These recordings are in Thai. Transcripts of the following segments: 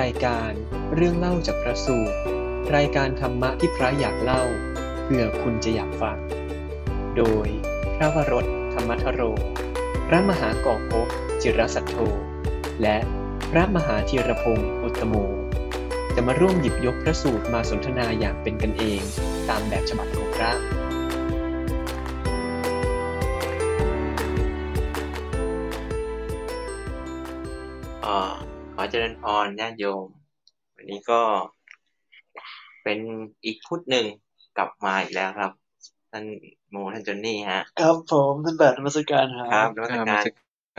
รายการเรื่องเล่าจากพระสูตร รายการธรรมะที่พระอยากเล่าเผื่อคุณจะอยากฟัง โดยพระวรถธรรมทโร พระมหากอกภพจิรสัทโธ และพระมหาธีรพงศ์อุตตโม จะมาร่วมหยิบยกพระสูตรมาสนทนาอย่างเป็นกันเองตามแบบฉบับของพระ เอ่อขอเจริญพรญาติโยม วันนี้ก็ เป็นอีกพุธหนึ่งกลับมาอีกแล้วครับ ท่านโมท่านจอนนี่ฮะ ครับผมท่านแบบนมัสการค ครั รั บบนมัสการ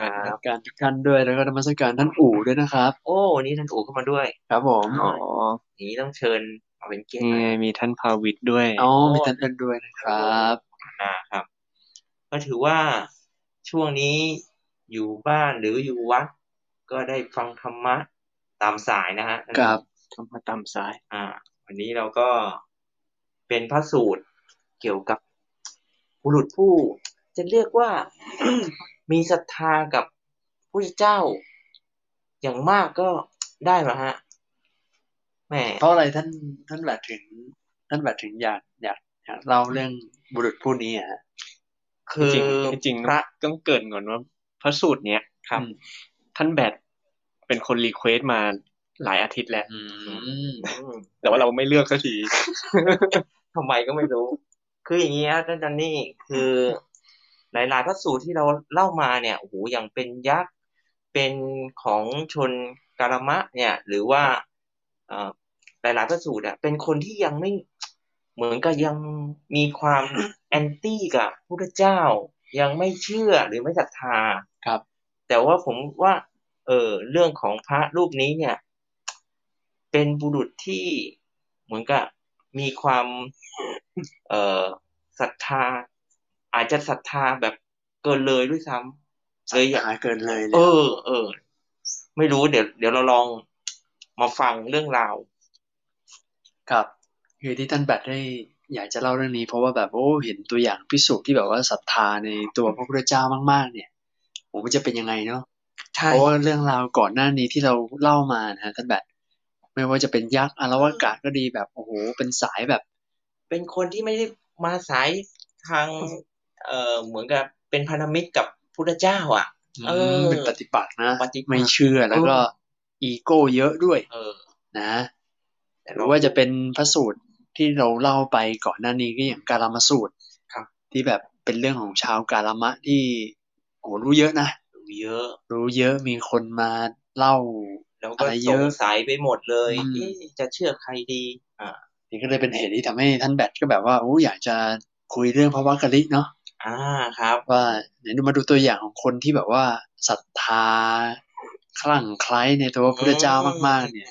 ค ค รั รับบ การทุกท่านด้วยแล้วก็นมัสการท่านอู่ด้วยนะครับ โอ้วันนี่ท่านอู๋เข้ามาด้วย ครับผม อ๋ อ๋ อ อ อย่างนี้ต้องเชิญมาเป็นเกียรติ นี่ หน่ ไง อย มีท่านพาวิทย์ด้วย อ๋อมีท่านอื่นด้วยนะครับ นะครับ ก็ถือว่าช่วงนี้อยู่บ้านหรืออยู่วัด ก็ได้ฟังธรรมะตามสายนะฮะท่าน ค อู๋ รับ ทำมาตามสาย อ่า วันนี้เราก็เป็นพระสูตรเกี่ยวกับบุรุษผู้ จะเรียกว่า มีศรัทธากับพระเจ้า อย่างมากก็ได้เหรอฮะแหม เพราะอะไรท่านท่านแบบถึง ท่านแบบถึงอยากอยากอยากเล่าเรื่องบุรุษผู้นี้อะฮะ คือ จริงจริง พระ ต้องเกรินก่อนว่าพระสูตรเนี้ย ครับ อืมท่านแบดเป็นคนรีเควสต์มาหลายอาทิตย์แล้ว อืม แต่ว่าเราไม่เลือกสักที ทำไมก็ไม่รู้ คืออย่างนี้ครับท่านจอนนี่คือหลาย ๆ พระสูตรที่เราเล่ามาเนี่ยโอ้โหอย่างเป็นยักษ์เป็นของชนกาลมะ เนี่ย หรือว่าเอ่อหลาย ๆ พระสูตรอะเป็นคนที่ยังไม่เหมือนกับยังมีความ แอนตี้กับพระเจ้า ยังไม่เชื่อหรือไม่ศรัทธา ครับ แต่ว่าผมว่า เออเรื่องของพระรูปนี้เนี่ย เป็นบุรุษที่เหมือนกับมีความ เอ่อศรัทธา อาจจะศรัทธาแบบเกินเลยด้วยซ้ำเลยอยาก หาเกินเลยเล เอย อ เออ ไม่รู้เดี๋ยว เดี๋ยวเราลองมาฟังเรื่องราว ครับ คือที่ท่านแบบได้อยากจะเล่าเรื่องนี้ เพราะว่าแบบโอ้เห็นตัวอย่างพิสูจน์ที่แบบว่าศรัทธาในตัวพระพุทธเจ้ามาก ๆ เนี่ยโอ้มันจะเป็นยังไงเนาะ ใช่ เพราะว่าเรื่องราวก่อนหน้านี้ที่เราเล่ามานะฮะท่านแบบไม่ว่าจะเป็นยักษ์อารวากาศก็ดีแบบโอ้โหเป็นสายแบบ เป็นคนที่ไม่ได้มาสายทาง เอ่อ เหมือนกับเป็นพันธมิตรกับพุทธเจ้า อ่ะ เออ เป็นปฏิปักษ์นะ ปฏิปักษ์ ไม่เชื่อแล้วก็ เอ อีโก้เยอะด้วย เออ นะ แต่รหรือว่าจะเป็นพระสูตรที่เราเล่าไปก่อนหน้านี้ก็อย่างการามสูตร ครับ ที่แบบเป็นเรื่องของชาวการามะที่โอ้โหรู้เยอะนะ เยอะ รู้เยอะมีคนมาเล่า แล้วก็ อะไร ส เยอะ งสัยไปหมดเลย อืม เอ๊ะจะเชื่อใครดี อ่า นี่ก็เลยเป็นเหตุที่ทำให้ท่านแบทก็แบบว่าโอ้อยากจะคุยเรื่องพระวักกะลิเนาะ อ่าครับ ว่าเดี๋ยวมาดูตัวอย่างของคนที่แบบว่าศรัทธาคลั่งไคล้ในตัวพระพุทธเจ้ามาก ๆ เนี่ย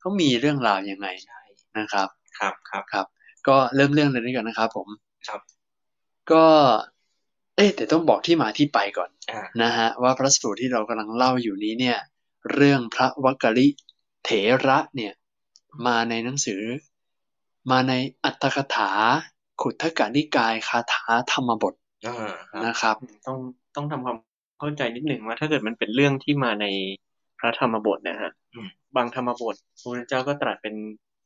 เขามีเรื่องราวยังไง ใช่ นะครับ ครับครับ ก็เริ่มเรื่องเลยด้วยกันนะครับผม ครับ ก็ เอ๊ะแต่ต้องบอกที่มาที่ไปก่อน อ่า นะฮะว่าพระสูตรที่เรากำลังเล่าอยู่นี้เนี่ย เรื่องพระวักกลิเถระเนี่ย มาในหนังสือ มาในอัตถกถา ขุทธกานิกายคาถาธรรมบท อ่าครับ นะครับ ต้องต้องทำความเข้าใจนิดหนึ่งว่า ถ้าเกิดมันเป็นเรื่องที่มาในพระธรรมบทนะฮะ อืม บางธรรมบทพระพุทธเจ้าก็ตรัสเป็น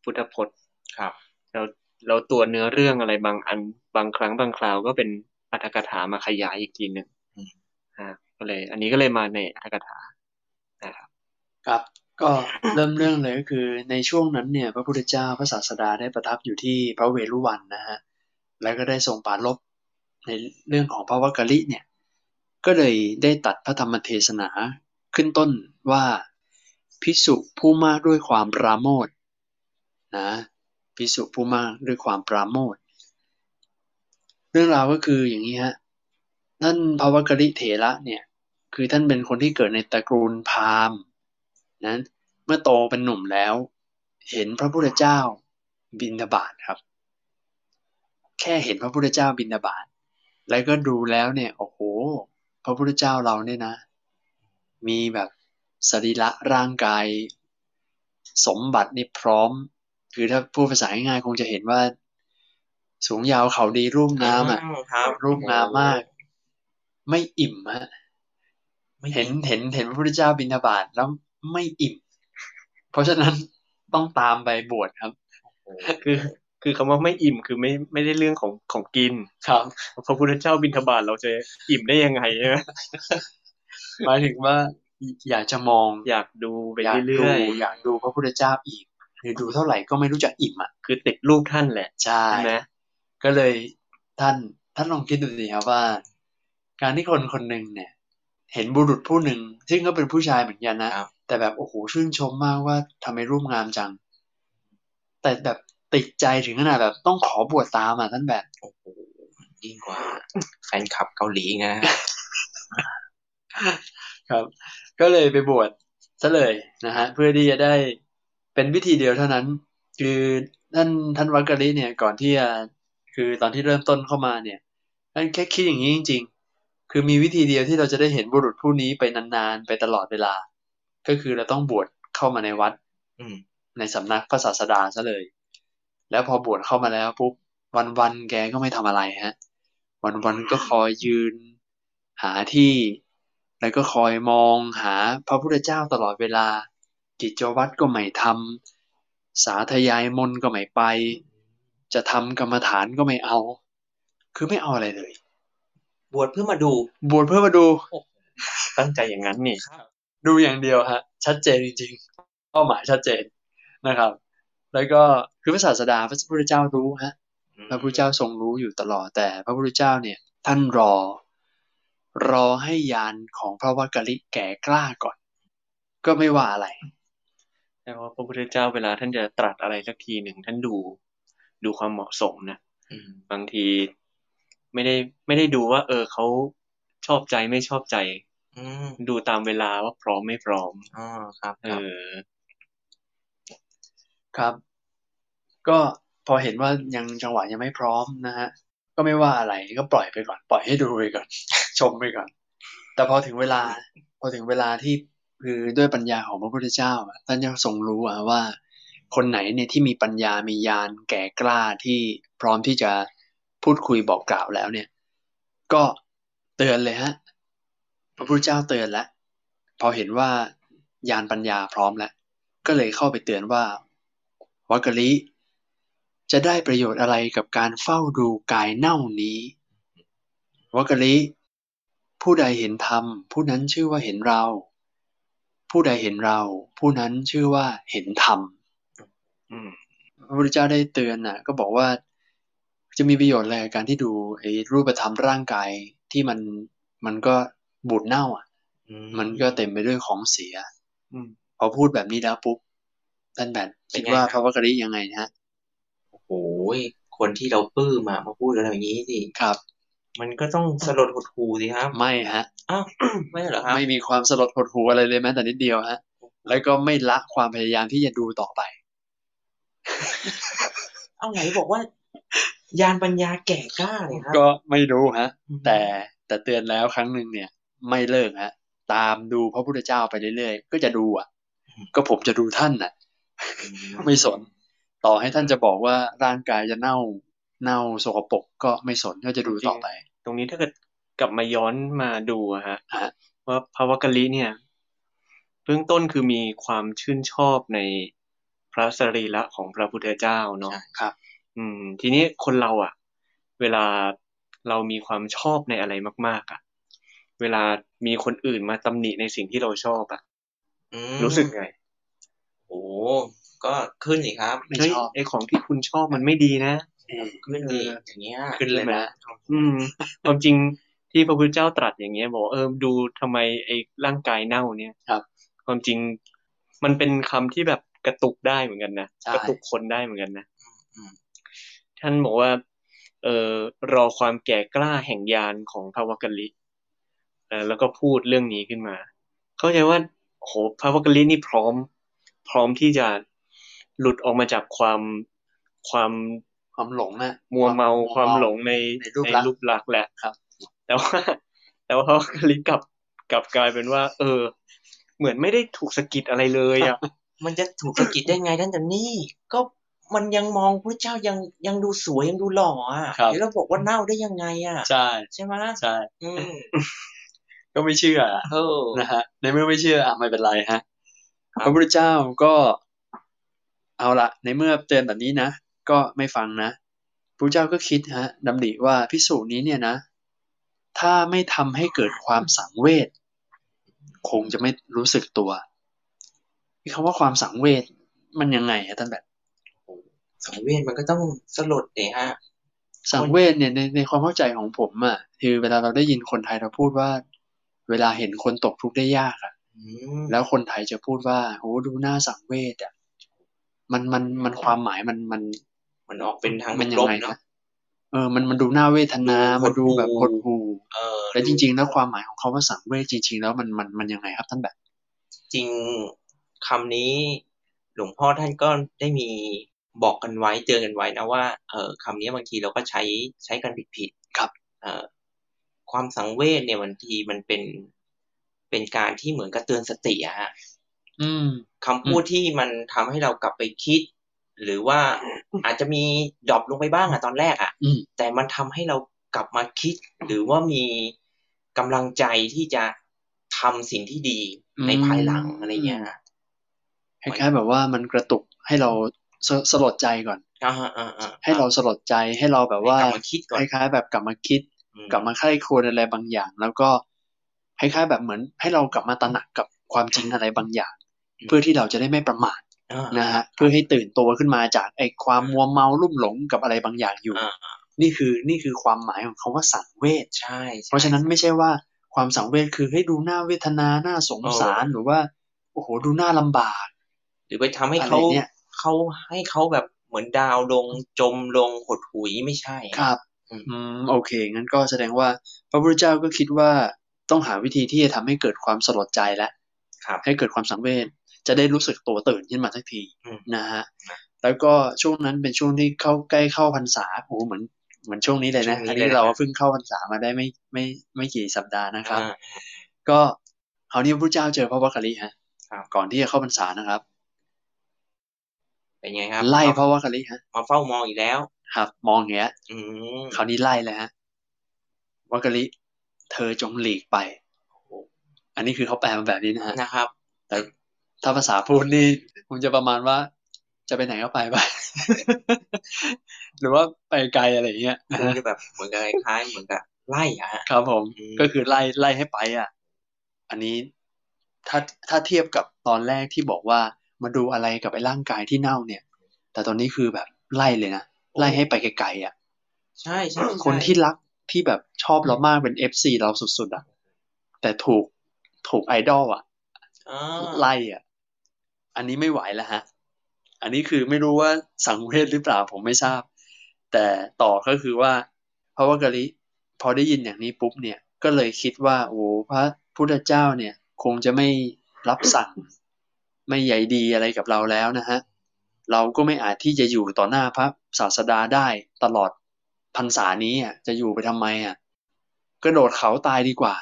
พุทธพจน์ ครับ แล้วแล้วตัวเนื้อเรื่องอะไรบางอันบางครั้งบางคราวก็เป็นอัตถกถามาขยายอีกทีหนึ่ง อืม อ่าก็เลย อันนี้ก็เลยมาในอัตถกถา ครับก็เริ่มเรื่องเลยก็คือในช่วงนั้นเนี่ยพระพุทธเจ้าพระศาสดาได้ประทับอยู่ที่พระเวฬุวันนะฮะแล้วก็ได้ทรงปรารบในเรื่องของพระวักกลิเนี่ยก็เลยได้ตัดพระธรรมเทศนาขึ้นต้นว่าพิสุผู้มากด้วยความปราโมทย์นะพิสุผู้มากด้วยความปราโมทย์เรื่องราวก็คืออย่างนี้ฮะท่านพระวักกลิเถระเนี่ย คือท่านเป็นคนที่เกิดในตระกูลพราหมณ์นั้นเมื่อโตเป็นหนุ่มแล้ว เห็นพระพุทธเจ้าบินบาตครับ แค่เห็นพระพุทธเจ้าบินบาตแล้วก็ดูแล้วเนี่ยโอ้โห พระพุทธเจ้าเราเนี่ยนะ มีแบบสรีระร่างกาย สมบัตินี่พร้อม คือถ้าพูดภาษาง่ายๆคงจะเห็นว่า สูงยาวเขาดีรูปงามอ่ะ ครับ รูปงามมาก ไม่อิ่มฮะ ไม่ เห็นเห็นเห็นพระพุทธเจ้าบิณฑบาตแล้วไม่อิ่ม เพราะฉะนั้นต้องตามไปบวชครับ คือ คือคำว่าไม่อิ่มคือไม่ไม่ได้เรื่องของของกิน ครับ พระพุทธเจ้าบิณฑบาตเราจะอิ่มได้ยังไงใช่ไหม หมายถึงว่าอยากจะมอง อยากดูไป อยาก เรื่ ดู อย อยากดูพระพุทธเจ้าอีกคือดูเท่าไหร่ก็ไม่รู้จะอิ่มอ่ะ ๆคือติดรูปท่านแหละ ใช่ ใช่ไหม ก็เลยท่านท่านลองคิดดูสิครับว่า การที่คนคนหนึ่งเนี่ย เห็นบุรุษผู้หนึ่ง ซึ่งก็เป็นผู้ชายเหมือนกันนะครับ แต่แบบโอ้โหชื่นชมมากว่าทำไมรูปงามจัง แต่แบบติดใจถึงขนาดแบบต้องขอบวชตามอ่ะท่านแบบ โอ้โหยิ่งกว่าแฟนคลับเกาหลีอีกนะฮะ ครับ ก็เลยไปบวชซะเลยนะฮะเพื่อที่จะได้เป็นวิธีเดียวเท่านั้น คือท่านท่านวักกะลิเนี่ยก่อนที่จะคือตอนที่เริ่มต้นเข้ามาเนี่ยท่านแค่คิดอย่างนี้จริง ๆ คือมีวิธีเดียวที่เราจะได้เห็นบุรุษผู้นี้ไปนานๆ ไปตลอดเวลา ก็คือเราต้องบวชเข้ามาในวัด อืม ในสำนักพระศาสดาซะเลย แล้วพอบวชเข้ามาแล้วปุ๊บวันๆแกก็ไม่ทำอะไรฮะ วันๆก็คอยยืน หาที่ แล้วก็คอยมองหาพระพุทธเจ้าตลอดเวลา กิจวัตรก็ไม่ทำสาธยายมนต์ก็ไม่ไป จะทำกรรมฐานก็ไม่เอา คือไม่เอาอะไรเลย บวชเพื่อมาดู บวชเพื่อมาดู ตั้งใจอย่างนั้นนี่ ดูอย่างเดียวฮะ ชัดเจนจริงๆเป้าหมายชัดเจนนะครับ แล้วก็คือพระศาสดาพระพุทธเจ้ารู้ฮะ พระพุทธเจ้าทรงรู้อยู่ตลอดแต่พระพุทธเจ้าเนี่ย ท่านรอ รอให้ยานของพระวักกะลิแก่กล้าก่อน ก็ไม่ว่าอะไร แต่ว่าพระพุทธเจ้าเวลาท่านจะตรัสอะไรสักทีหนึ่งท่านดู ดูความเหมาะสมนะ อืม บางทีไม่ได้ไม่ได้ดูว่า เออเขาชอบใจไม่ชอบใจ อืม ดูตามเวลาว่าพร้อมไม่พร้อม อ๋อครับ เอ ครับ อ ครับ ก็พอเห็นว่ายังจังหวะยังไม่พร้อมนะฮะ ก็ไม่ว่าอะไรก็ปล่อยไปก่อน ปล่อยให้ดูไปก่อน ชมไปก่อน แต่พอถึงเวลา พอถึงเวลาที่คือด้วยปัญญาของพระพุทธเจ้าอะท่านจะทรงรู้อะว่า คนไหนเนี่ยที่มีปัญญามีญาณแก่กล้าที่พร้อมที่จะพูดคุยบอกกล่าวแล้วเนี่ย ก็เตือนเลยฮะพระพุทธเจ้าเตือนแล้วพอเห็นว่าญาณปัญญาพร้อมแล้ว ก็เลยเข้าไปเตือนว่าวักกะลิจะได้ประโยชน์อะไรกับการเฝ้าดูกายเน่านี้วักกะลิผู้ใดเห็นธรรม ผู้นั้นชื่อว่าเห็นเรา ผู้ใดเห็นเรา ผู้นั้นชื่อว่าเห็นธรรม อืม พระพุทธเจ้าได้เตือนน่ะ ก็บอกว่าจะมีประโยชน์อะไรกับการที่ดูไอ้รูปธรรมร่างกายที่มันมันก็บูดเน่าอ่ะ อื มันก็เต็มไปด้วยของเสีย อืม พอพูดแบบนี้แล้วปุ๊บท่านแบบคิดว่าพระวักกะลิยังไงนะฮะ โอ้โหคนที่เราปลื้มมามาพูดอะไรอย่างนี้สิ ครับ มันก็ต้องสลดหดหูสิครับ ไม่ฮะ อ้าวไม่เหรอครับ ไม่มีความสลดหดหูอะไรเลยแม้แต่นิดเดียวฮะ แล้วก็ไม่ละความพยายามที่จะดูต่อไป เอาไหนบอกว่า ยานปัญญาแก่กล้าเนี่ยครับ ก็ไม่รู้ฮะ แต่แต่เตือนแล้วครั้งหนึ่งเนี่ย ไม่เลิกฮะ ตามดูพระพุทธเจ้าไปเรื่อยๆ ก็จะดูอ่ะ ก็ผมจะดูท่านน่ะ ไม่สน ต่อให้ท่านจะบอกว่าร่างกายจะเน่า เน่าสกปรกก็ไม่สนก็จะดูต่อไป ตรงนี้ถ้าเกิดกลับมาย้อนมาดูอะฮะ ฮะ ว่าพระวักกะลิเนี่ยเบื้องต้นคือมีความชื่นชอบในพระสรีระของพระพุทธเจ้าเนาะ ครับ อืม ทีนี้คนเราอะเวลาเรามีความชอบในอะไรมาก ๆอะเวลามีคนอื่นมาตำหนิในสิ่งที่เราชอบอะ อืม รู้สึกไง โอ้โหก็ขึ้นสิครับ ไม่ เฮ้ย ชอบ ไอของที่คุณชอบมันไม่ดีนะ ขึ้นดีอย่างเงี้ย ขึ้นเลยนะ อืม ความจริงที่พระพุทธเจ้าตรัสอย่างเงี้ย บอกว่าเออดูทำไมไอ้ร่างกายเน่าเนี่ย ครับ ความจริงมันเป็นคำที่แบบกระตุกได้เหมือนกันนะ ใช่ กระตุกคนได้เหมือนกันนะท่านบอกว่า เออรอความแก่กล้าแห่งยานของพระวักกะลิเออแล้วก็พูดเรื่องนี้ขึ้นมา เข้าใจว่าโอ้โหพระวักกะลินี่พร้อม พร้อมที่จะหลุดออกมาจากความความ ความหลงน่ะ มัวเมาความหลงใน ในรูปลักษณ์ ปลักษณ์แหละ ครับ แต่ว่า แต่ว่าเขากลิกลับกลับกลายเป็นว่า เออ เหมือนไม่ได้ถูกสะกิดอะไรเลยอ่ะ มันจะถูกสะกิดได้ไงท่านแต่นี่ ก็มันยังมองพระเจ้ายังยังดูสวยยังดูหล่ออ่ะ ครับ เดี๋ยวเราบอกว่าเน่าได้ยังไงอ่ะ ใช่ ใช่ไหม ใช่ อืม ก็ไม่เชื่ออะ เออ นะฮะในเมื่อไม่เชื่ออ่ะไม่เป็นไรฮะ ครับ พระพุทธเจ้าก็ เอาละในเมื่อเตือนแบบนี้นะ ก็ไม่ฟังนะพระเจ้าก็คิดฮะดำริว่าพิสูจน์นี้เนี่ยนะ ถ้าไม่ทำให้เกิดความสังเวชคงจะไม่รู้สึกตัวคำว่าความสังเวชมันยังไงฮะท่านแบบ สังเวชมันก็ต้องสลดเนี่ยฮะ สังเวชเนี่ยในในความเข้าใจของผมอะ่ะคือเวลาเราได้ยินคนไทยเราพูดว่า เวลาเห็นคนตกทุกข์ได้ยากอะ อืม แล้วคนไทยจะพูดว่าโหดูหน้าสังเวชอะ่ะมันมันมันความหมายมันมัน มันออกเป็นทาง มันยั ล ง บ ไง เนาะ นะเออมันมันดูหน้าเวทนา มั มัน น ดู ดู หดหู่ แบบหดหู เออ แต่จริง ๆ แล้วความหมายของคาว่าสังเวชจริง ๆ แล้วมันมันมันยังไงครับท่านแบบ จริงคำนี้ หลวงพ่อท่านก็ได้มีบอกกันไว้เตือนกันไว้นะว่าเออคำนี้บางทีเราก็ใช้ใช้กันผิดผิดๆ ครับ เออความสังเวชเนี่ยบางทีมันเป็นเป็นการที่เหมือนกับเตือนสติอะฮะ อืม คำพูดที่มันทำให้เรากลับไปคิด หรือ ว่าอาจจะมีดรอปลงไปบ้างอะตอนแรกอะ อืม แต่มันทำให้เรากลับมาคิด หรือว่ามีกำลังใจที่จะทำสิ่งที่ดีในภายหลังอะไรเงี้ยฮะ คล้ายๆแบบว่ามันกระตุกให้เราสสลดใจก่อน อ่าฮะอ่าฮะ ให้เราสลดใจให้เราแบบว่า ให้กลับมาคิดก่อ คน ล้ายๆแบบกลับมาคิด อื กลับมาใคร่ครวญอะไรบางอย่าง แล้วก็คล้ายๆแบบเหมือน ให้เรากลับมาตระหนักกับความจริงอะไรบางอย่าง เพื่อที่เราจะได้ไม่ประมาท อ่า นะฮะเพื่อให้ตื่นตัวขึ้นมาจากไอ้ความมัวเมาลุ่มหลงกับอะไรบางอย่างอยู่ อ่า นี่คือนี่คือความหมายของคำว่าสังเวช ใช่ใช่ เพราะฉะนั้นไม่ใช่ว่าความสังเวชคือให้ดูหน้าเวทนาหน้าสงสาร เออ หรือว่าโอ้โหดูหน้าลำบาก หรือไปทำให้เขา อะไรเนี่ย เขาให้เขาแบบเหมือนดาวลงจมลงหดหุยไม่ใช่อะ ครับ อืม อืม โอเค งั้นก็แสดงว่าพระพุทธเจ้าก็คิดว่าต้องหาวิธีที่จะทำให้เกิดความสลดใจและ ครับ ให้เกิดความสังเวช จะได้รู้สึกตัวตื่นขึ้นมาสักที อืม นะฮะ แล้วก็ช่วงนั้นเป็นช่วงที่เข้าใกล้เข้าพรรษา โอ้โหเหมือนเหมือนช่วงนี้เลยนะ ช่วงนี้ อัน เลย นี้ นะ เราเพิ่งเข้าพรรษามาได้ไม่ไม่ไม่กี่สัปดาห์นะครับ อ่า ก็คราวนี้พระพุทธเจ้าเจอพระวักกะลิฮะ ครับ ก่อนที่จะเข้าพรรษานะครับ เป็นไงครับ ไล่พระวักกะลิฮะ มาเฝ้ามองอีกแล้ว ครับ มองอย่างเงี้ย อืม คราวนี้ไล่เลยฮะวักกะลิ เธอจงหลีกไป อันนี้คือเขาแปลมาแบบนี้นะฮะ นะครับ แต่ถ้าภาษาพูดนี่ผมจะประมาณว่า จะไปไหนก็ไปไป หรือว่าไปไกลอะไรอย่างเงี้ย นะ มัน ฮะ จะแบบเหมือนกับคล้ายๆเหมือนกับไล่อะฮะ ครับผม อืม ก็คือไล่ไล่ให้ไปอ่ะ อันนี้ถ้าถ้าเทียบกับตอนแรกที่บอกว่ามาดูอะไรกับไอ้ร่างกายที่เน่าเนี่ย แต่ตอนนี้คือแบบไล่เลยนะไล่ให้ไปไกลๆอ่ะ ใช่ใช่ใช่ คนที่รักที่แบบชอบเรามากเป็นเอฟซีเราสุดๆอ่ะ แต่ถูกถูกไอดอลอ่ะ อ่า ไล่อ่ะ อันนี้ไม่ไหวแล้วฮะ อันนี้คือไม่รู้ว่าสังเวชหรือเปล่าผมไม่ทราบ แต่ต่อก็คือว่าพระวักกะลิพอได้ยินอย่างนี้ปุ๊บเนี่ย ก็เลยคิดว่า โอ้พระพุทธเจ้าเนี่ย คงจะไม่รับสั่ง ไม่ใหญ่ดีอะไรกับเราแล้วนะฮะ เราก็ไม่อาจที่จะอยู่ต่อหน้าพระศาสดาได้ตลอดพรรษานี้อ่ะ จะอยู่ไปทำไมอ่ะกระโดดเขาตายดีกว่า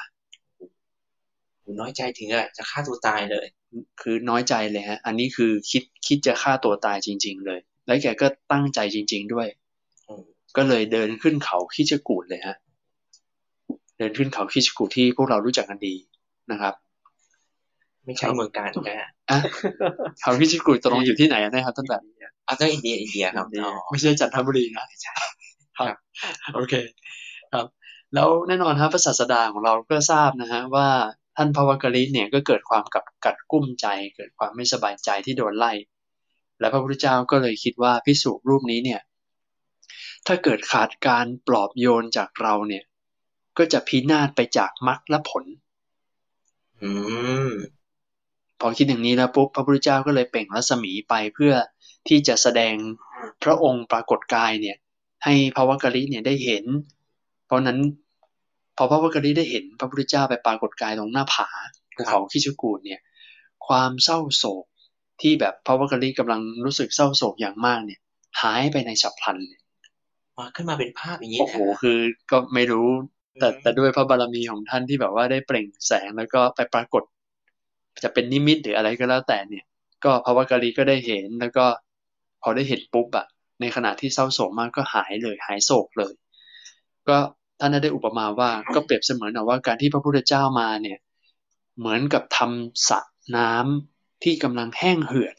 ผมน้อยใจถึงอะจะฆ่าตัวตายเลย คือน้อยใจเลยฮะ อันนี้คือคิดคิดจะฆ่าตัวตายจริง ๆ เลย แล้วแกก็ตั้งใจจริง ๆ ด้วย อืม ก็เลยเดินขึ้นเขาขี้จกูดเลยฮะ เดินขึ้นเขาขี้จกูดที่พวกเรารู้จักกันดีนะครับ ไม่ใช่เมืองการนะฮะ อ่ะ เขาขี้จกูดตกลงอยู่ที่ไหนอะนะครับท่านแบบ เอาต้องอินเดียอินเดียครับอ๋อ ไม่ใช่จันทบุรีนะค ครั รับ บ โอเค ครับ แล้วแน่นอนฮะพระศาสดาของเราก็ทราบนะฮะว่าท่านพระวักกะลิเนี่ยก็เกิดความกับกัดกุ้มใจ เกิดความไม่สบายใจที่โดนไล่ และพระพุทธเจ้าก็เลยคิดว่าพิสูจรูปนี้เนี่ย ถ้าเกิดขาดการปลอบโยนจากเราเนี่ย ก็จะพินาศไปจากมรรคและผล อืม พอคิดอย่างนี้แล้วปุ๊บพระพุทธเจ้าก็เลยเปล่งรัศมีไปเพื่อที่จะแสดงพระองค์ปรากฏกายเนี่ย ให้พระวักกะลิเนี่ยได้เห็น เพราะฉะนั้น พอพระวักกะลิได้เห็น พระพุทธเจ้าไปปรากฏกายตรงหน้าผาภูเขาคิชกูดเนี่ย ความเศร้าโศกที่แบบพระวักกะลิกำลังรู้สึกเศร้าโศกอย่างมากเนี่ย หายไปในฉับพลันเลย มาขึ้นมาเป็นภาพอย่างนี้ โอ้ นะ โหคือก็ไม่รู้ แต่แต่ด้วยพระบารมีของท่านที่แบบว่าได้เปล่งแสงแล้วก็ไปปรากฏ จะเป็นนิมิตหรืออะไรก็แล้วแต่เนี่ย ก็พระวักกะลีก็ได้เห็นแล้วก็พอได้เห็นปุ๊บอะในขณะที่เศร้าโศกมากก็หายเลยหายโศกเลย ก็ท่านได้อุปมาว่าก็เปรียบเสมือนเอาว่าการที่พระพุทธเจ้ามาเนี่ย เหมือนกับทำสระน้ำที่กำลังแห้งเหือด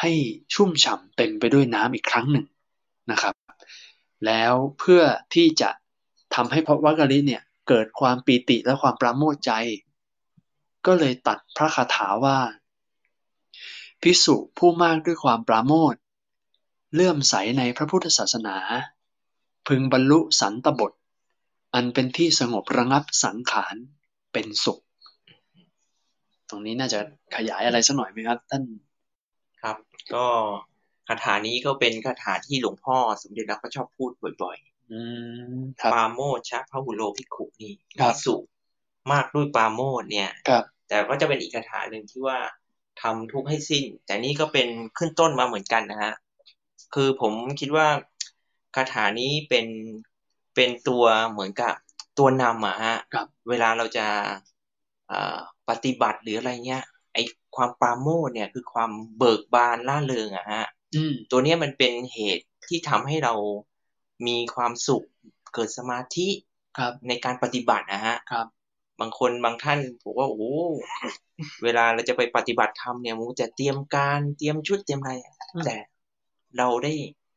ให้ชุ่มฉ่ำเต็มไปด้วยน้ำอีกครั้งหนึ่งนะครับ แล้วเพื่อที่จะทำให้พระวักกลิเนี่ยเกิดความปีติและความปราโมทย์ใจ ก็เลยตัดพระคาถาว่า พิสุผู้มากด้วยความปราโมทย์เลื่อมใสในพระพุทธศาสนา พึงบรรลุสันตบท อันเป็นที่สงบระงับสังขารเป็นสุข ตรงนี้น่าจะขยายอะไรสักหน่อยไหมครับ ท่าน ครับ ก็คาถานี้ก็เป็นคาถาที่หลวงพ่อสมเด็จรักก็ชอบพูดบ่อย อืมๆครับ ปาโมชชะพหุโลภิกขุนี่ ครับ พิสุมากด้วยปาโมชเนี่ย ครับ แต่ก็จะเป็นอีกคาถาหนึ่งที่ว่าทำทุกข์ให้สิ้น แต่นี่ก็เป็นขึ้นต้นมาเหมือนกันนะฮะคือผมคิดว่าคาถานี้เป็นเป็นตัวเหมือนกับตัวนำอะฮะ ครับ เวลาเราจะเอ่อปฏิบัติหรืออะไรเงี้ยไอความปราโมทย์เนี่ยคือความเบิกบานล่าเริงอะฮะ อืม ตัวเนี้ยมันเป็นเหตุที่ทำให้เรามีความสุขเกิดสมาธิ ครับ ในการปฏิบัตินะฮะ ครับ บางคนบางท่านบอกว่าโอ้โหเวลาเราจะไปปฏิบัติธรรมเนี่ยมูจะเตรียมการเตรียมชุดเตรียมอะไร อืม แต่เราได้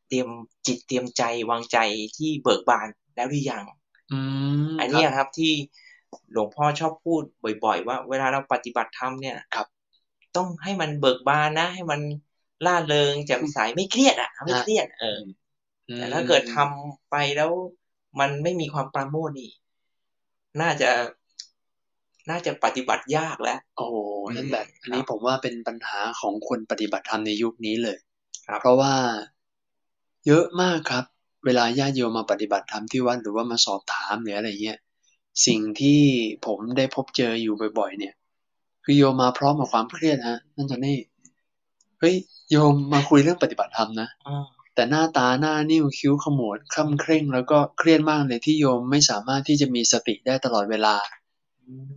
เตรียมจิตเตรียมใจวางใจที่เบิกบานแล้วหรือยัง อืม อัน ค เนี้ย รับ ครับที่หลวงพ่อชอบพูดบ่อย ๆ ว่าเวลาเราปฏิบัติธรรมเนี่ย ครับ ต้องให้มันเบิกบานนะ ให้มันล่าเริงแจ่มใสไม่เครียดอ่ะไม่เครียดเออ แต่ถ้าเกิดทำไปแล้วมันไม่มีความปราโมทย์นี่ น่าจะ น่าจะปฏิบัติยากแล้ว โอ้โหนั่นแบบอัน ค นี้ รับ ผมว่าเป็นปัญหาของคนปฏิบัติธรรมในยุคนี้เลย ครับ เพราะว่าเยอะมากครับ เวลาญาติโยมมาปฏิบัติธรรมที่วัดหรือว่ามาสอบถามหรืออะไรเงี้ย สิ่งที่ผมได้พบเจออยู่บ่อย ๆ เนี่ย คือโยมมาพร้อมกับความเครียดฮะนั่นจอนนี่เฮ้ยโยมมาคุยเรื่องปฏิบัติธรรมนะ อ่า แต่หน้าตาหน้านิ้วคิ้วขมวดคล่ำเคร่ง แล้วก็เครียดมากเลยที่โยมไม่สามารถที่จะมีสติได้ตลอดเวลา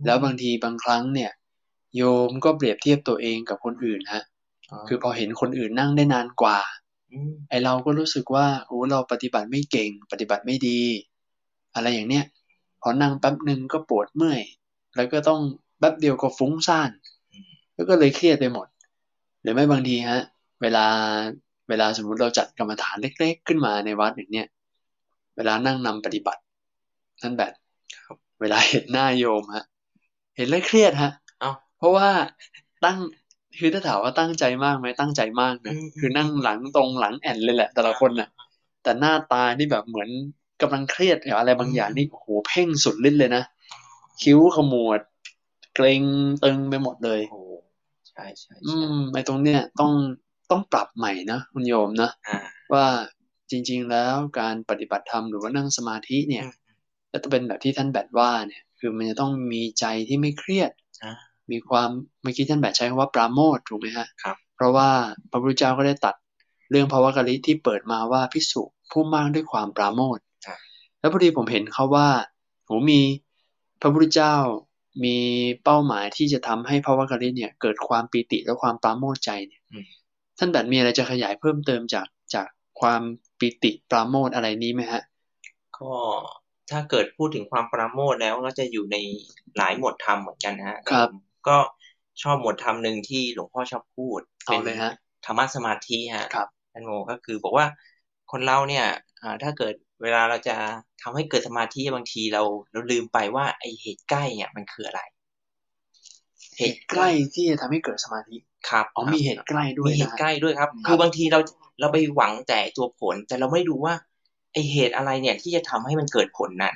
แล้วบางทีบางครั้งเนี่ย โยมก็เปรียบเทียบตัวเองกับคนอื่นฮะ า คือพอเห็นคนอื่นนั่งได้นานกว่า ม ไอเราก็รู้สึกว่าโอ้เราปฏิบัติไม่เก่ง ปฏิบัติไม่ดี อะไรอย่างเนี้ยพอนั่งแป๊บหนึ่งก็ปวดเมื่อย แล้วก็ต้องแป๊บเดียวก็ฟุ้งซ่านแล้วก็เลยเครียดไปหมด หรือไม่บางทีฮะ เวลาเวลาสมมุติเราจัดกรรมฐานเล็ก ๆ ขึ้นมาในวัดอย่างเนี้ยเวลานั่งนำปฏิบัติ นั่นแบบเวลาเห็นหน้าโยมฮะ เห็นแล้วเครียดฮะ เอ้า เพราะว่าตั้งคือถ้าถามว่าตั้งใจมากไหมตั้งใจมากนะ อืม คือนั่งหลังตรงหลังแอนเลยแหละ แต่ละคนนะแต่หน้าตานี่แบบเหมือนกำลังเครียดหรืออะไรบางอย่างนี่โอ้โหเพ่งสุดลิ้นเลยนะคิ้วขมวด เกรงตึงไปหมดเลย โอ้ใช่ใช่ อื ใช่ มไอตรงเนี้ยต้องต้องปรับใหม่นะคุณโยมนะ อ่า ว่าจริง ๆ แล้วการปฏิบัติธรรมหรือว่านั่งสมาธิเนี่ย อืม ก็จะเป็นแบบที่ท่านแบดว่าเนี่ย คือมันจะต้องมีใจที่ไม่เครียด อ่า มีความเมื่อกี้ท่านแบดใช้คำว่าปราโมทย์ถูกไหมฮะ ครับ เพราะว่าพระพุทธเจ้าก็ได้ตัดเรื่องภาวะกะลิที่เปิดมาว่าพิสุผู้มากด้วยความปราโมทย์แล้วพอดีผมเห็นเขาว่าโหมีพระพุทธเจ้ามีเป้าหมายที่จะทำให้ภาวะกะลิเนี่ยเกิดความปิติและความปราโมทย์ใจเนี่ย ท่านแบดมีอะไรจะขยายเพิ่มเติมจากจากความปิติปราโมทย์อะไรนี้ไหมฮะ ก็ถ้าเกิดพูดถึงความปราโมทย์แล้วก็จะอยู่ในหลายหมวดธรรมเหมือนกันนะฮะ ครับ ก็ชอบหมวดธรรมหนึ่งที่หลวงพ่อชอบพูด เอาเลยฮะ ธรรมะสมาธิฮะ ครับ ท่านโมก็คือบอกว่าคนเราเนี่ยอ่าถ้าเกิดเวลาเราจะทำให้เกิดสมาธิบางทีเราเราลืมไปว่าไอเหตุใกล้เนี่ยมันคืออะไร เหตุใกล้ที่จะทำให้เกิดสมาธิ ครับ อ๋อมีเหตุใกล้ด้วย มีเห นะ ตุ ฮะ ใกล้ด้วยครับ ครับ คือบางทีเราเราไปหวังแต่ตัวผล แต่เราไม่รู้ว่าไอเหตุอะไรเนี่ยที่จะทำให้มันเกิดผลนั้น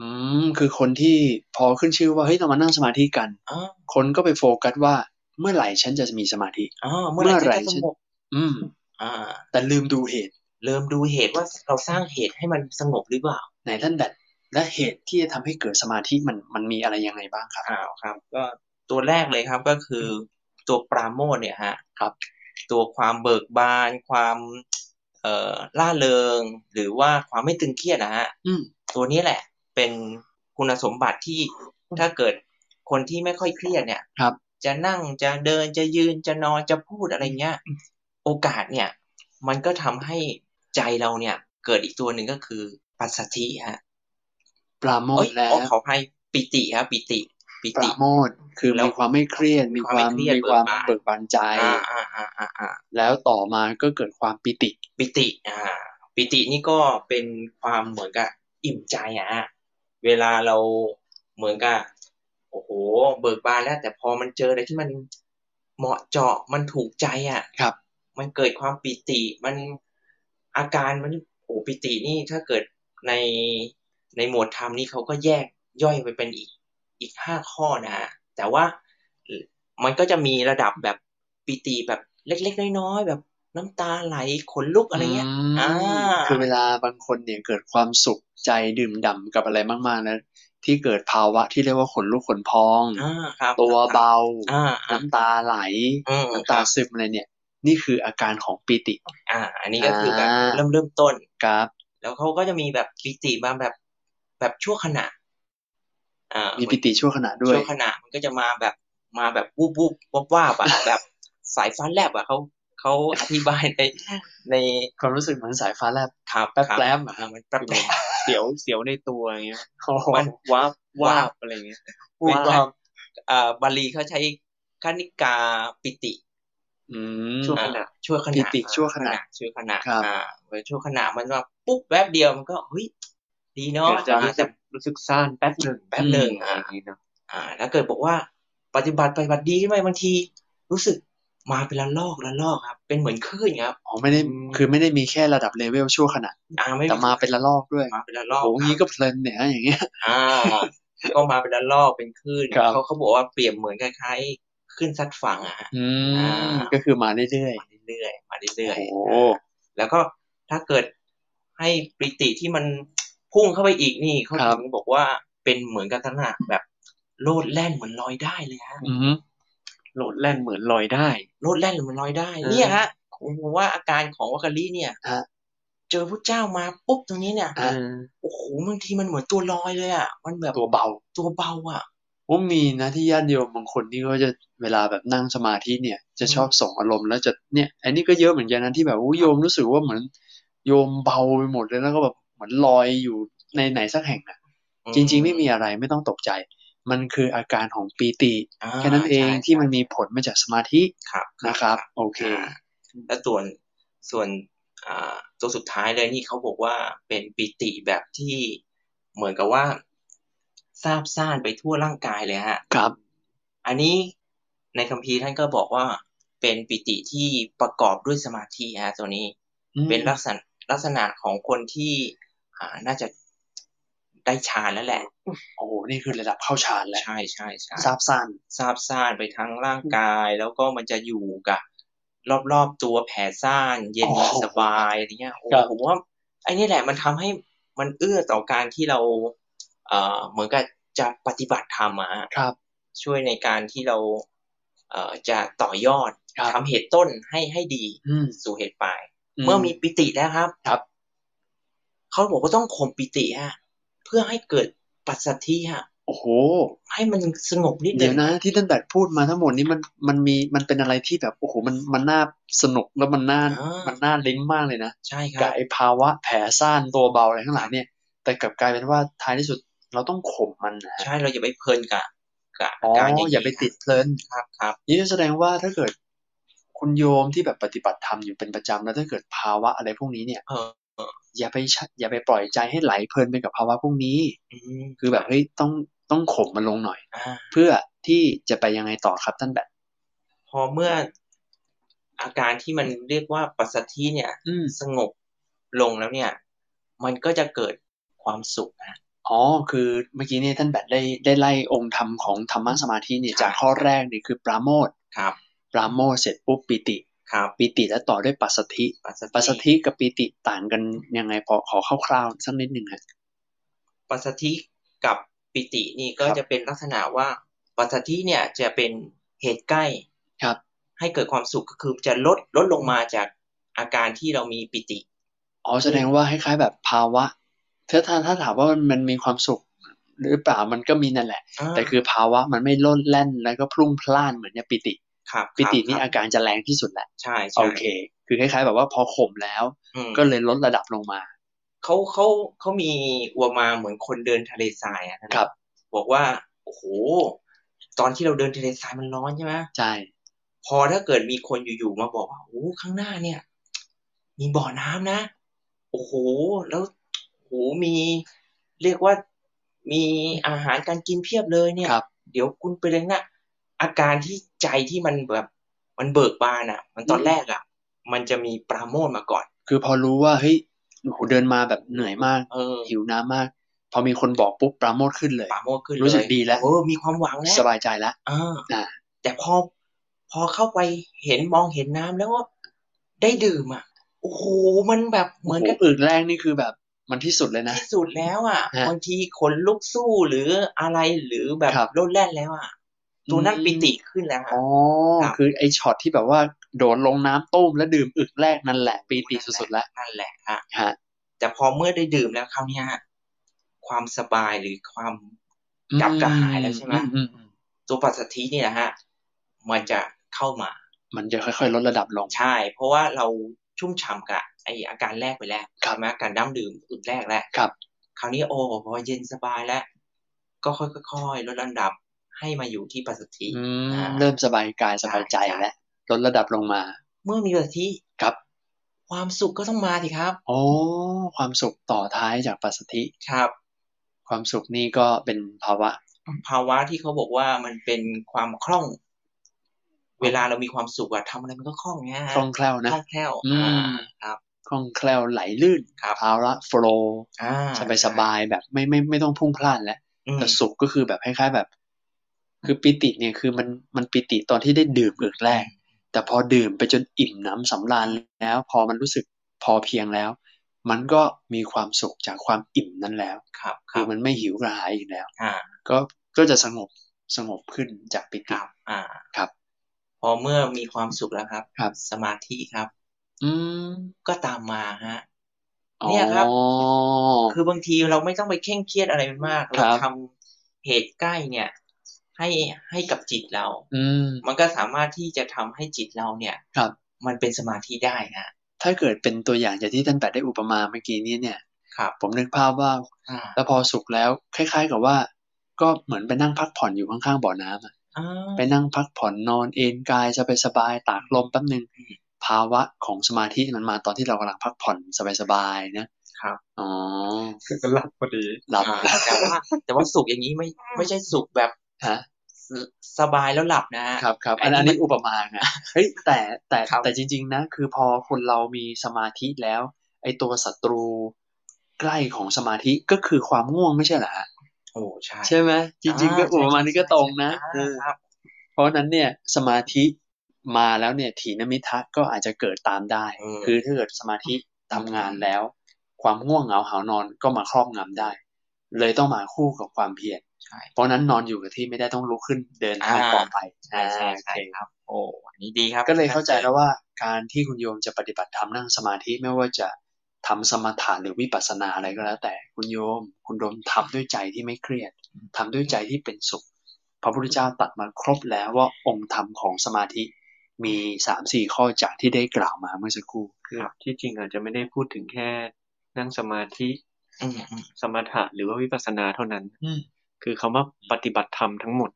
อืมคือคนที่พอขึ้นชื่อว่าเฮ้ยต้องมานั่งสมาธิกัน อ๋อ คนก็ไปโฟกัสว่าเมื่อไหร่ฉันจะมีสมาธิ อ๋อเมื่อไหร่ เมื่อไหร่ จะ ฉั ส น งบ อืม อ่า แต่ลืมดูเหตุ เริ่มดูเหตุว่าเราสร้างเหตุให้มันสงบหรือเปล่า ไหนท่านแบดและเหตุที่จะทำให้เกิดสมาธิมันมันมีอะไรยังไงบ้างครับ อ้าวครับก็ตัวแรกเลยครับก็คือตัวปราโมทย์เนี่ยฮะ ครับ ตัวความเบิกบาน ความเอ่อล่าเริง หรือว่าความไม่ตึงเครียดนะฮะ อืม ตัวนี้แหละเป็นคุณสมบัติที่ถ้าเกิดคนที่ไม่ค่อยเครียดเนี่ย ครับ จะนั่งจะเดินจะยืนจะนอนจะพูดอะไรเงี้ยโอกาสเนี่ย มันก็ทำให้ใจเราเนี่ย เกิดอีกตัวหนึ่งก็คือปัสสธิฮะ ปราโม เอ้ ท ย ย์และ อ๋อขออภัยปิติครับปิติ ปิ ป ติ ราโมทย์ คือ แล้ว มีความไม่เครียด มีความ มี มีคคาววาม ม ไม่เครียด เบิกบานใจ อ่าอ่าอ่าอ่าอ่า แล้วต่อมาก็เกิดความปิติ ปิติ อ่า ปิตินี่ก็เป็นความเหมือนกับอิ่มใจอ่ะเวลาเราเหมือนกับโอ้โห เบิกบานแล้ว แต่พอมันเจออะไรที่มันเหมาะเจาะมันถูกใจอ่ะ ครับ มันเกิดความปิติ มันอาการมันโอ้ปิตินี่ถ้าเกิดในในหมวดธรรมนี่เขาก็แยกย่อยไปเป็นอีกอีกห้าข้อนะฮะแต่ว่าเอ่อมันก็จะมีระดับแบบปิติแบบเล็กๆน้อยๆแบบน้ำตาไหลขนลุกอะไรเงี้ย ม อ่า คือเวลาบางคนเนี่ยเกิดความสุขใจดื่มด่ำกับอะไรมากๆนะที่เกิดภาวะที่เรียกว่าขนลุกขนพอง อ่าครับ ตัวเบา อ่าอ่า น้ำตาไหล อืม น้ำตาซึมอะไรเนี่ย นี่คืออาการของปิติ อ่า อันนี้ก็คือแบบ อ่า เริ่มเริ่มต้น ครับ แล้วเขาก็จะมีแบบปิติมาแบบแบบชั่วขณะ อ่า มี เหอน ปิติชั่วขณะด้วย ช่วงขณะมันก็จะมาแบบมาแบบวูบวูบวับว่าบอะ แบบสายฟ้าแลบอะเขาเขาอธิบายในใน ความรู้สึกเหมือนสายฟ้าแลบ ครับ แป๊บ ครับ แป๊บอะครับ มันแป๊บแป๊บ เสียวเสียวในตัวอย่างเงี้ย โอ้โห มัน ว้าบ ว้า ว้า บ บอะไรเงี้ย เป็นคว้าวาว มเอ่อบาลีเขาใช้คณิกาปิติ อืม ช่วง อ่า ขณะ ชั่วขณะ ปิติชั่วขณะ อ่าชั่วขณะ ครับ อ่าเว้ยชั่วขณะมันมาปุ๊บแป๊บเดียวมันก็เฮ้ยดีเนาะ เกิดจะ อ่า รู้สึ แต่ กรู้สึกซ่านแป๊บหนึ่ง แป๊บหนึ่ง อะ อ่า ไรอย่างงี้เนาะ อ่าถ้าเกิดบอกว่าปฏิบัติปฏิบัติดีขึ้นไปบางที รู้สึกมาเป็นละลอกละลอกครับ เป็นเหมือนคลื่นครับ อ๋อไม่ได้คือไม่ได้มีแค่ระดับเลเวลชั่วขณะ อ่าไม่ แต่มาเป็นละลอกด้วย มาเป็นละล โอ้ อก โหงี้ก็เพลินเนี่ยอย่างเงี้ย อ่า ก็มาเป็นละลอกเป็นคลื่น ครับ เขาเขาบอกว่าเปรียบเหมือนคล้ายๆคลื่นซัดฝั่งอะฮะ อื อ่ มา ก็คือมาเรื่อย มาเรื่อยๆมาเรื่อย โอ้ ๆ โห อ่าแล้วก็ถ้าเกิดให้ปิติที่มันพุ่งเข้าไปอีกนี่เขาถึงบอกว่าเป็นเหมือนกับขนาดแบบโลดแล่นเหมือนลอยได้เลยฮะ ๆอืม โหลดแล่นเหมือนลอยได้ โลดแล่นเหมือนลอยได้ เออ เนี่ยฮะผมว่าอาการของวัคคลีเนี่ย ฮะ เจอพระเจ้ามาปุ๊บตรงนี้เนี่ย อ่ะ เออ โอ้โหบางทีมันเหมือนตัวลอยเลยอ่ะมันแบบ ตัวเบา ตัวเบาอ่ะ ผมมีนะที่ญาติโยมบางคนที่เขาจะเวลาแบบนั่งสมาธิเนี่ย จะ อืม ชอบส่งอารมณ์แล้วจะเนี่ย อันนี้ก็เยอะเหมือนกันนะที่แบบอู้โยมรู้สึกว่าเหมือน โยมเบาไปหมดเลยแล้วก็แบบเหมือนลอยอยู่ในไหนสักแห่งน่ะ จริง ๆ ไม่มีอะไรไม่ต้องตกใจ มันคืออาการของปีติ อ่า แค่นั้นเอง ใช่ ที่มันมีผลมาจากสมาธิ ครับ นะครับ โอเค อ่าแล้วส่วนส่วนอ่าตัวสุดท้ายเลยนี่เขาบอกว่าเป็นปิติแบบที่เหมือนกับว่าซาบซ่านไปทั่วร่างกายเลยฮะ ครับ อันนี้ในคัมภีร์ท่านก็บอกว่าเป็นปิติที่ประกอบด้วยสมาธิฮะตัวนี้ อืม เป็นลักษณะลักษณะของคนที่อ่าน่าจะได้ฌานแล้วแหละ โอ้โหนี่คือระดับเข้าฌานแล้ว ใช่ใช่ใช่ ซาบซ่าน ซาบซ่านไปทั้งร่างกายแล้วก็มันจะอยู่กับรอบๆตัวแผ่ซ่านเย็นสบายอะไรเงี้ยโอ้โหผมว่าไอ้นี่แหละมันทำให้มันเอื้อต่อการที่เรา เอ่อเหมือนกับจะปฏิบัติธรรมอะฮะ ครับ ช่วยในการที่เรา เอ่อจะต่อยอด ครับ ทำเหตุต้นให้ให้ดี อืม สู่เหตุปลายเมื่อมีปิติแล้วครับ ครับ เขาบอกว่าต้องข่มปิติฮะเพื่อให้เกิดปัสสัทธิฮะ โอ้โห ให้มันสงบนิดนึ เดี๋ย ง วนะที่ท่านแบบพูดมาทั้งหมดนี้มันมันมีมันเป็นอะไรที่แบบโอ้โหมันมันน่าสนุกแล้วมันน่า อ่ามั มันน่าลิงก์มากเลยนะ ใช่ครั กับ บไอภาวะแผลซ่านตัวเบาอะไรทั้งหลายเนี่ย แต่กลับกลายเป็นว่าท้ายที่สุดเราต้องข่มมันนะฮะ ใช่เราอย่าไปเพลินกับกับ อ๋ อา อ การอย่างนี้ อย่าไปติดเพลิน ครับครับ นี่ก็แสดงว่าถ้าเกิด คุณโยมที่แบบปฏิบัติธรรมอยู่เป็นประจำแล้วถ้าเกิดภาวะอะไรพวกนี้เนี่ย เออ อย่าไปชะอย่าไปปล่อยใจให้ไหลเพลินไปกับภาวะพวกนี้ อืม คือแบบเฮ้ยต้องต้องข่มมันลงหน่อย อ่า เพื่อที่จะไปยังไงต่อครับท่านแบบ พอเมื่ออาการที่มันเรียกว่าปัสสัทธิเนี่ย อืม สงบลงแล้วเนี่ย มันก็จะเกิดความสุขนะ อ๋อ คือเมื่อกี้เนี่ยท่านแบทได้ได้ไล่องค์ธรรมของธรรมะสมาธิเนี่ย ใช่ จากข้อแรกเนี่ยคือปราโมทย์ ครับ ปราโมทย์เสร็จปุ๊บปิติ ครับ ปิติแล้วต่อด้วยปัสสธิ ปัสสัท ปัสส ธิ ธิกับปิติต่างกันยังไงพอขอคร่าวๆสักนิดหนึ่งฮะ ปัสสัทธิกับปิตินี่ก็ ครับ จะเป็นลักษณะว่าปัสสัทธิเนี่ยจะเป็นเหตุใกล้ ครับ ให้เกิดความสุขก็คือจะลดลดลงมาจากอาการที่เรามีปิติ อ๋อแสดงว่าคล้ายๆแบบภาวะถ้าถ้าถ้าถามว่ามันมันมีความสุข หรือเปล่ามันก็มีนั่นแหละ อ่า แต่คือภาวะมันไม่โล่นแล่นแล้วก็พลุ่งพล่านเหมือนเนี่ยปิติ ครับ ปิติ ค นี่ รับ อาการจะแรงที่สุดแหละ ใช่ใช่ โอเค คือคล้ายๆ แบบว่าพอข่มแล้ว อืม ก็เลยลดระดับลงมา เขาเขาเขามีอุปมาเหมือนคนเดินทะเลทรายอะนะครับ บอกว่า โอ้โห ตอนที่เราเดินทะเลทรายมันร้อนใช่ไหม ใช่ พอถ้าเกิดมีคนอยู่ๆมาบอกว่าโอ้ข้างหน้าเนี่ย มีบ่อน้ำนะ โอ้โห แล้วโอ้โหมีเรียกว่ามีอาหารการกินเพียบเลยเนี่ย ครับ เดี๋ยวคุณไปเลยนะอาการที่ใจที่มันแบบมันเบิกบานอะ่ะ มันตอนแรกอะ่ะ มันจะมีปราโมทย์มาก่อน คือพอรู้ว่าเฮ้ยโอ้โหเดินมาแบบเหนื่อยมาก เออ หิวน้ำมาก พอมีคนบอกปุ๊บปราโมทย์ขึ้นเลย ปราโมทย์ขึ้นเลย รู้สึกดีแล้ว เออมีความหวังแล้ว สบายใจแล้ว อ่า อ่า แต่พอพอเข้าไปเห็นมองเห็นน้ำแล้วก็ได้ดื่มอะ่ะ โอ้โหมันแบบเหมือนกับ โโอึกแรกนี่คือแบบมันที่สุดเลยนะ ที่สุดแล้วอ่ะ ฮะ บางทีขนลุกสู้หรืออะไรหรือแบบ ครับ โลดแล่นแล้วอ่ะตัวนั้น อืม ปิติขึ้นแล้วฮะ อ๋อ ครับ คือไอ้ช็อตที่แบบว่าโดดลงน้ำต้มแล้วดื่มอึกแรกนั่นแหละปีติสุดๆแล้ว นั่นแหละฮะ ฮะ แต่พอเมื่อได้ดื่มแล้วคราวเนี้ยความสบายหรือความ จับกระหายแล้วใช่ไหม อือือืม ตัวปัสสัทธิเนี่ยนะฮะมันจะเข้ามา มันจะค่อยๆ ลดระดับลง ใช่ เพราะว่าเราชุ่มฉ่ำกับไออาการแรกไปแล้ว ครับ ใช่ไหมอาการน้ำดื่มอึดแรกแล้ว ครับ คราวนี้โอ้พอเย็นสบายแล้ว ก็ค่อยๆลดระดับให้มาอยู่ที่ปัสสัทธิ อืม อ่า เริ่มสบายกายสบายใจ ใช่ แล้วลดระดับลงมา เมื่อมีปัสสัทธิ ครับ ความสุขก็ต้องมาสิครับ โอ้ความสุขต่อท้ายจากปัสสธิ ครับ ความสุขนี่ก็เป็นภาวะ ภาวะที่เขาบอกว่ามันเป็นความคล่อง เวลาเรามีความสุขอะทำอะไรมันก็คล่องไงฮะ คล่องแคล่วนะ คล่องแคล่ว อืม อ่าครับ คล่องแคล่วไหลลื่น ครับ ภาวะโฟลว์ อ่า สบายสบายๆแบบไม่ไม่ไม่ต้องพรุ่งพล่านแล้ว อืม แต่สุขก็คือแบบคล้ายๆแบบ คือปิติเนี่ยคือมันมันปิติตอนที่ได้ดื่มอึกแรก แต่พอดื่มไปจนอิ่มหน้ำสำราญแล้ว พอมันรู้สึกพอเพียงแล้ว มันก็มีความสุขจากความอิ่มนั้นแล้ว ครับค คื รั อบ มันไม่หิวกระหายอีกแล้ว อ่า ก็ก็จะสงบสงบขึ้นจากปิ ค ติ รับ อ่า ครับ พอเมื่อมีความสุขแล้วครับ ครับ สมาธิครับ อืม ก็ตามมาฮะ อ๋อ เนี่ยครับ คือบางทีเราไม่ต้องไปเคร่งเครียดอะไรมันมาก ครั เรา บ ทำเหตุใกล้เนี่ย ให้ให้กับจิตเรา อืม มันก็สามารถที่จะทำให้จิตเราเนี่ย ครับ มันเป็นสมาธิได้ฮะ ถ้าเกิดเป็นตัวอย่างจากที่ท่านแปดได้อุปมาเมื่อกี้นี้เนี่ย ครับ ผมนึกภาพว่า อ่า แล้วพอสุกแล้ว คล้ายๆ กับว่า ก็เหมือนไปนั่งพักผ่อนอยู่ข้างๆบ่อน้ำอะ อ่า ไปนั่งพักผ่อนนอนเอนกายสบายๆตากลมแป๊บนึง อืม ภาวะของสมาธิมันมาตอนที่เรากำลังพักผ่อนสบายๆนะครับ อ๋อ ก็หลับพอดี หลับ อ่าแต่ว่าแต่ว่าสุขอย่างนี้ ไม่ไม่ใช่สุขแบบ ฮะ สสบายแล้วหลับนะฮะ ครับครับอัน อั อั น น นี้ นี้อุปมาไงเฮ้ยแต่แต่ ครับ แต่จริง ๆ นะ คือพอคนเรามีสมาธิแล้ว ไอตัวศัตรูใกล้ของสมาธิก็คือความง่วงไม่ใช่เหรอฮะ โอ้ใช่ ใช่ไหมจริง ๆ ก็ อ่ อุปมานี้ก็ตรงนะ ใช่ เออ ครับ เพราะฉะนั้นเนี่ยสมาธิมาแล้วเนี่ยถีนมิทะก็อาจจะเกิดตามได้ คือถ้าเกิดสมาธิทำงานแล้ว ความง่วงเหงาหาวนอนก็มาครอบงำได้ เลยต้องมาคู่กับความเพียร ใช่ เพราะฉะนั้นนอนอยู่กับที่ไม่ได้ต้องลุกขึ้นเดินทาง อ่า ต่อไป ใช่ใช่ อ่า ใช่ครับ โอ้อันนี้ดีครับ ก็เลยเข้าใจแล้วว่าการที่คุณโยมจะปฏิบัติธรรมนั่งสมาธิไม่ว่าจะทำสมถะหรือวิปัสสนาอะไรก็แล้ว แต่คุณโยม คุณโยมทำด้วยใจที่ไม่เครียดทำด้วยใจที่เป็นสุข พระพุทธเจ้าตรัดมาครบแล้วว่าองค์ธรรมของสมาธิมีสามสี่ข้อจากที่ได้กล่าวมาเมื่อสักครู่ คือที่จริงอาจจะไม่ได้พูดถึงแค่นั่งสมาธิ อืมอืม สมถะหรือว่าวิปัสสนาเท่านั้น อืม คือคำว่าปฏิบัติธรรมทั้งหมด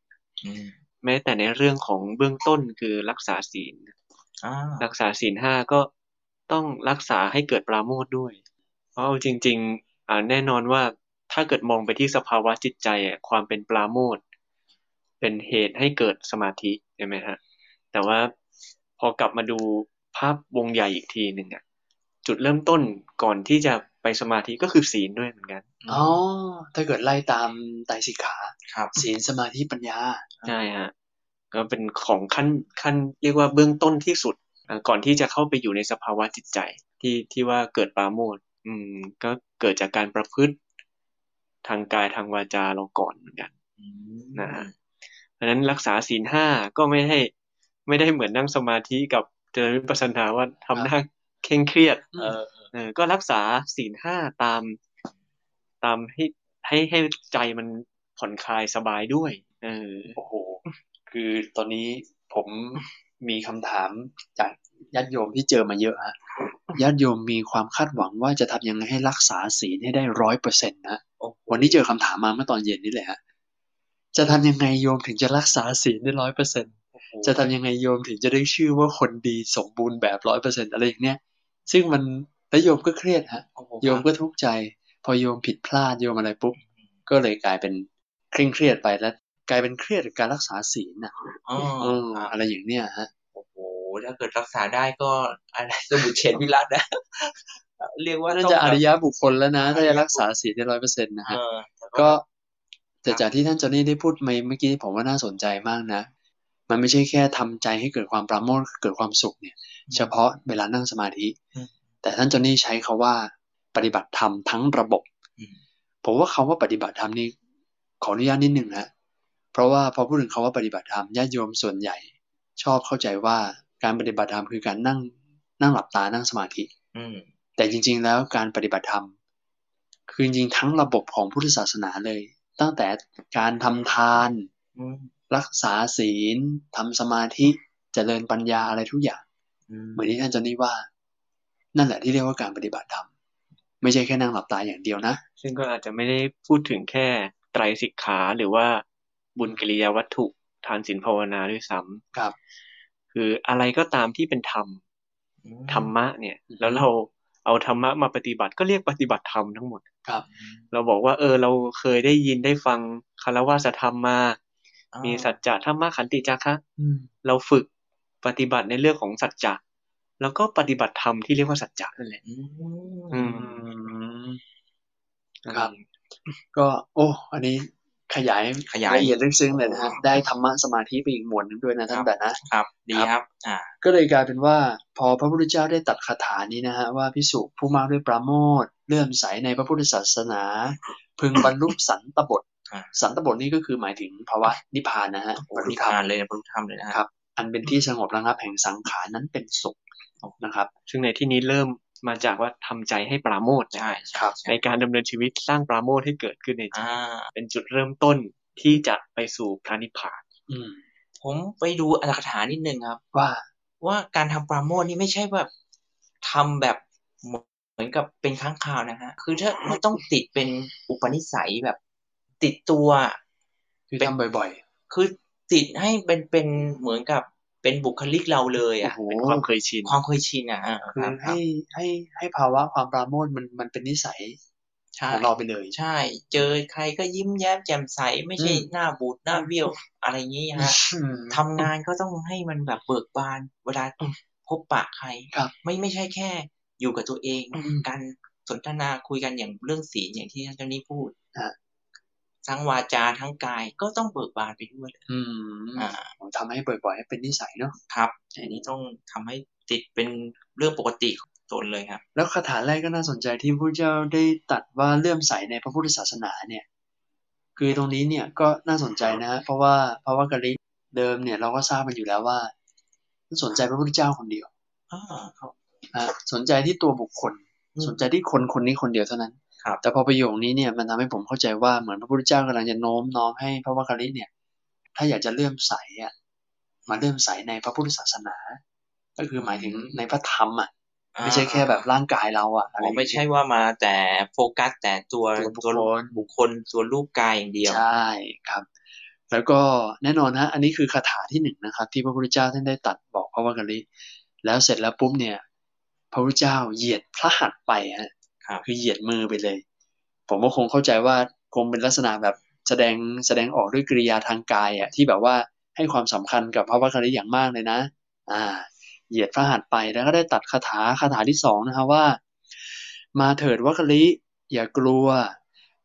อืม แม้แต่ในเรื่องของเบื้องต้นคือรักษาศีล อ่า รักษาศีลห้าก็ต้องรักษาให้เกิดปราโมทย์ด้วย เพราะเอาจริงๆอ่าแน่นอนว่าถ้าเกิดมองไปที่สภาวะจิตใจอะความเป็นปราโมทย์เป็นเหตุให้เกิดสมาธิใช่ไหมฮะแต่ว่าพอกลับมาดูภาพวงใหญ่อีกทีหนึ่งอะจุดเริ่มต้นก่อนที่จะไปสมาธิก็คือศีลด้วยเหมือนกัน อ๋อถ้าเกิดไล่ตามไตรสิกขา ครับ ศีลสมาธิปัญญา ใช่ฮะก็เป็นของขั้นขั้นเรียกว่าเบื้องต้นที่สุดอ่าก่อนที่จะเข้าไปอยู่ในสภาวะจิตใจที่ที่ว่าเกิดปราโมทย์อืม ก็เกิดจากการประพฤติทางกายทางวาจาเราก่อนเหมือนกัน อืม นะฮะเพราะฉะนั้นรักษาศีลห้าก็ไม่ได้ไม่ได้เหมือนนั่งสมาธิกับเจริญวิปัสสนาว่าทำหน้าเคร่งเครียด อืม เออ เออก็รักษาศีลห้าตาม ตามให้ให้ให้ใจมันผ่อนคลายสบายด้วย เออ โอ้โห คือตอนนี้ผมมีคำถามจากญาติโยมที่เจอมาเยอะ ฮะ ญาติโยมมีความคาดหวังว่าจะทำยังไงให้รักษาศีลให้ได้ร้อยเปอร์เซ็นต์นะ โอ้โห วันนี้เจอคำถามมาเมื่อตอนเย็นนี่แหละฮะ จะทำยังไงโยมถึงจะรักษาศีลได้ร้อยเปอร์เซ็นจะทำยังไงโยมถึงจะได้ชื่อว่าคนดีสมบูรณ์แบบร้อยเปอร์เซ็นอะไรอย่างเนี้ยซึ่งมันแล้วโยมก็เครียดฮะ โอ้โห โยมก็ทุกข์ใจ พอโยมผิดพลาดโยมอะไรปุ๊บ ก็เลยกลายเป็นเคร่งเครียดไปแล้ว กลายเป็นเครียดกับการรักษาศีลน่ะ อ๋อ เอออะไรอย่างเนี้ยฮะ โอ้โหถ้าเกิดรักษาได้ก็อะไร สมุทเฉดวิรัตนะ เรียกว่า น่า ต้อง จะ แบบ อริยบุคคลแล้วนะ ถ้าจะรักษาศีลได้ร้อยเปอร์เซ็นต์นะ เอ ฮะ อแต่ ก็แต่จากที่ท่านจอห์นนี่ได้พูดมาเมื่อกี้ผมว่าน่าสนใจมากนะ มันไม่ใช่แค่ทำใจให้เกิดความปราโมทย์เกิดความสุขเนี่ย เฉพาะเวลานั่งสมาธิ อืม แต่ท่านจอห์นนี่ใช้คาว่าปฏิบัติธรรมทั้งระบบ อืม ผมว่าคาว่าปฏิบัติธรรมนี่ขออนุญาตนิดหนึ่งนะเพราะว่าพอพูดถึงคาว่าปฏิบัติธรรมญาติโยมส่วนใหญ่ ชอบเข้าใจว่าการปฏิบัติธรรมคือการนั่งนั่งหลับตานั่งสมาธิ อืม แต่จริงๆ แล้วการปฏิบัติธรรม คือจริงๆ ทั้งระบบของพุทธศาสนาเลย ตั้งแต่การทำทาน อืม รักษาศีลทำสมาธิเจริญปัญญาอะไรทุกอย่าง อืม เหมือนที่ท่านจอห์นนี่ว่า นั่นแหละที่เรียกว่าการปฏิบัติธรรม ไม่ใช่แค่นั่งหลับตาอย่างเดียวนะ ซึ่งก็อาจจะไม่ได้พูดถึงแค่ไตรสิกขาหรือว่าบุญกิริยาวัตถุทานศีลภาวนาด้วยซ้ำ ครับ คืออะไรก็ตามที่เป็นธรรมธรรมะเนี่ย แล้วเราเอาธรรมะมาปฏิบัติก็เรียกปฏิบัติธรรมทั้งหมด ครับ เราบอกว่าเออเราเคยได้ยินได้ฟังคารวะธรรมมา อ่า มีสัจจะธรรมะขันติจาคะ อืม เราฝึกปฏิบัติในเรื่องของสัจจะแล้วก็ปฏิบัติธรรมที่เรียกว่าสัจจะนั่นแหละ อื อื ม ม ครับ ก็โอ้ อันนี้ขยาย ขยาย ละเอียดลึกซึ้งเลยนะฮะ โอ้โห ได้ธรรมะสมาธิไปอีกหมวดหนึงด้วยนะท่าน ครับ แต่นะ ครับ ดีครับ อ่า ก็เลยกลายเป็นว่าพอพระพุทธเจ้าได้ตรัดคาถานี้นะฮะว่าพิสุผู้มากด้วยปราโมทย์เลื่อมใสในพระพุทธศาสนา พึงบรรลุสันตบท อ่า สันตบทนี่ก็คือหมายถึงภาวะนิพพานนะฮะ โอ้ บรรลุ นิ ธรร ทาน ม เลยนะบรรลุธรรมเลยนะฮะ ครับ อันเป็นที่สงบระงับแห่งสังขารนั้นเป็นสุขนะครับ ซึ่งในที่นี้เริ่มมาจากว่าทำใจให้ปราโมทย์นะ ใช่ใช่ ครับ ใช่ ในการดำเนินชีวิตสร้างปราโมทย์ให้เกิดขึ้นในจิต อ่า เป็นจุดเริ่มต้นที่จะไปสู่พระนิพพาน อืม ผมไปดูอัตถกถานิดนึงครับ ว่า ว่าการทำปราโมทย์นี่ไม่ใช่แบบทำแบบเหมือนกับเป็นค้างคาวนะฮะ คือถ้ามันต้องติดเป็นอุปนิสัยแบบ ติดตัว คือ เป็น ทำบ่อย คือติดให้เป็นเป็นเหมือนกับเป็นบุคลิกเราเลยอ่ะ โอ้โห เป็นความเคยชิน ความเคยชินอ่ะอ่า ๆคคือ รับครับ ให้ให้ให้ภาวะความปราโมทย์มันมันเป็นนิสัย ใช่ ของเราไปเลย ใช่ เจอใครก็ยิ้มแย้มแจ่มใส ไม่ใช่ อืม หน้าบูดหน้าเบี้ยวอะไรอย่างงี้ฮะ อืม ทำงานก็ต้องให้มันแบบเบิกบาน เวลาพบปะใคร ครับ ไม่ไม่ใช่แค่อยู่กับตัวเอง อืม การสนทนาคุยกันอย่างเรื่องศีลอย่างที่ท่านเจ้านี้พูด ฮะ ทั้งวาจาทั้งกายก็ต้องเบิกบานไปด้วยเลย อืม อ่า ทำให้บ่อยๆให้เป็นนิสัยเนาะ ครับอันนี้ต้องทำให้ติดเป็นเรื่องปกติของตนเลยครับ แล้วคาถาแรกก็น่าสนใจที่พระเจ้าได้ตรัดว่าเลื่อมใสในพระพุทธศาสนาเนี่ย คือตรงนี้เนี่ยก็น่าสนใจนะฮะเพราะว่าเพราะว่ากะลิเดิมเนี่ยเราก็ทราบมันอยู่แล้วว่าสนใจพระพุทธเจ้าคนเดียว อ่าครับ อ่ะสนใจที่ตัวบุคคล อืม สนใจที่คนคนนี้คนเดียวเท่านั้น ครับ แต่พอประโยคนี้เนี่ยมันทำให้ผมเข้าใจว่าเหมือนพระพุทธเจ้ากำลังจะโน้มน้อมให้พระวักกะลิเนี่ย ถ้าอยากจะเลื่อมใสอ่ะมาเลื่อมใสในพระพุทธศาสนา ก็คือหมายถึงในพระธรรมอ่ะไม่ใช่แค่แบบร่างกายเราอ่ะอะร อ๋ อ อย่าง เงี้ย ไม่ใช่ว่ามาแต่โฟกัสแต่ตัว ตัวบุคคล บุคคลตัวรูปกายอย่างเดียว ใช่ครับ แล้วก็แน่นอนฮะอันนี้คือคาถาที่หนึ่งนะครับ ที่พระพุทธเจ้าท่านได้ตรัดบอกพระวักกะลิแล้วเสร็จแล้วปุ๊บเนี่ย พระพุทธเจ้าเหยียดพระหัตถ์ไปฮะ ครับ คือเหยียดมือไปเลย ผมก็คงเข้าใจว่าคงเป็นลักษณะแบบแสดงแสดงออกด้วยกริยาทางกายอ่ะที่แบบว่าให้ความสำคัญกับพระวักกะลิอย่างมากเลยนะ อ่า เหยียดพระหัตถ์ไปแล้วก็ได้ตัดคาถาคาถาที่สองนะคะว่า มาเถิดวัคคลิ อย่ากลัว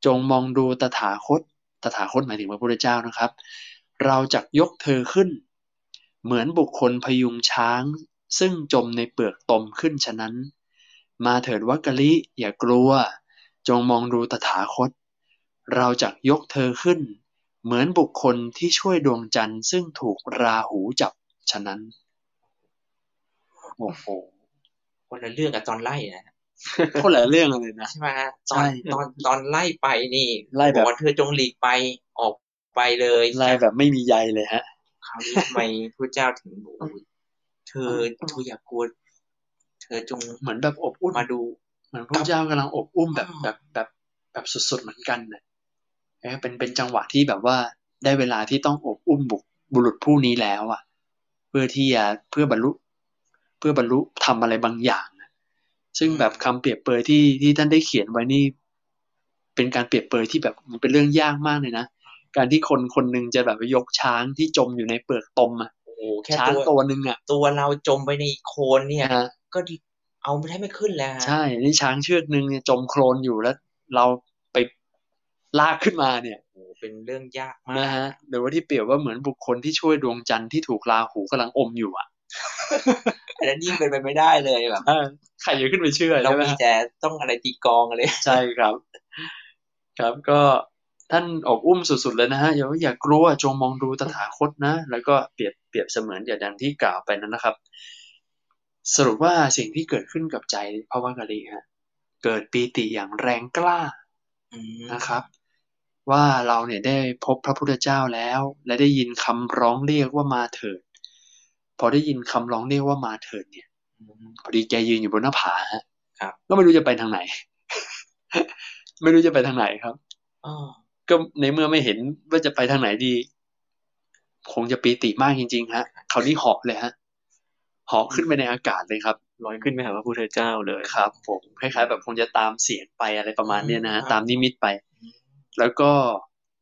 จงมองดูตถาคต ตถาคตหมายถึงพระพุทธเจ้านะครับ เราจะยกเธอขึ้น เหมือนบุคคลพยุงช้าง ซึ่งจมในเปลือกตมขึ้นฉะนั้น มาเถิดวัคคลิ อย่ากลัว จงมองดูตถาคต เราจะยกเธอขึ้น เหมือนบุคคลที่ช่วยดวงจันทร์ซึ่งถูกราหูจับฉะนั้น โอ้โหคนละเรื่องกับตอนไล่นะ คนละเรื่องเลยนะ ใช่ไหมฮะต ใช่ อนตอนตอนไล่ไปนี่ ไล่แบบบอกว่าเธอจงหลีกไปออกไปเลย ลายแบบไม่มีใยเลยฮะ คราวนี้ทำไมพระเจ้าถึงบอกว่าเธอเธออย่ากลัวเธอจง เหมือนแบบอบอุ่น มาดู เหมือนพระเจ้ากำลังอบอุ่มแบบ อ่า แบบแบบแบบสุดๆเหมือนกันนะเออเป็นเป็นจังหวะที่แบบว่า ได้เวลาที่ต้องอบอุ้มบุกบุรุษผู้นี้แล้วอ่ะ เพื่อที่จะเพื่อบรรลุ เพื่อบรรลุทำอะไรบางอย่างนะซึ่งแบบคำเปรียบเปรยที่ที่ท่านได้เขียนไว้นี่ เป็นการเปรียบเปรยที่แบบมันเป็นเรื่องยากมากเลยนะการที่คนคนหนึ่งจะแบบยกช้างที่จมอยู่ในเปลือกตมอ่ะ โอ้โหแค่ ช้าง ตัว ตัวหนึ่งอ่ะ ตัวเราจมไปในโคลนเนี่ย นะฮะ ก็ดิเอาไม่ได้ไม่ขึ้นแล้วฮะ ใช่ นี่ช้างเชือกหนึ่งเนี่ยจมโคลนอยู่แล้ว เราไปลากขึ้นมาเนี่ย โอ้โหเป็นเรื่องยากมาก นะฮะหรือว่าที่เปรียบว่าเหมือนบุคคลที่ช่วยดวงจันทร์ที่ถูกราหูกำลังอมอยู่อ่ะ อันนั้นยิ่งเป็นไปไม่ได้เลยแบบ เออใครจะขึ้นไปเชื่อ เรา ใช่ไหม มี ฮะ แต่ต้องอะไรตีกลองเลย ใช่ครับ ครับก็ท่านอบอุ้มสุดๆเลยนะฮะอย่าอย่ากลัวจงมองดูตถาคตนะ แล้วก็เปรียบเปรียบเสมือนอย่างดังที่กล่าวไปนั้นนะครับ สรุปว่าสิ่งที่เกิดขึ้นกับใจพระวักกะลีฮะเกิดปีติอย่างแรงกล้า อืม นะครับว่าเราเนี่ยได้พบพระพุทธเจ้าแล้ว และได้ยินคำร้องเรียกว่ามาเถิด พอได้ยินคำร้องเรียกว่ามาเถิดเนี่ย อืม พอดีแกยืนอยู่บนหน้าผาฮะ ครับ ก็ไม่รู้จะไปทางไหน ไม่รู้จะไปทางไหนครับ อ้อ ก็ในเมื่อไม่เห็นว่าจะไปทางไหนดี คงจะปีติมากจริง ๆ ฮะคราวนี้เหาะเลยฮะเหาะขึ้นไปในอากาศเลยครับ ลอยขึ้นไปหาพระพุทธเจ้าเลย ครับผมคล้ายๆแบบคงจะตามเสียงไปอะไรประมาณเนี้ยนะฮะตามนิมิตไป แล้วก็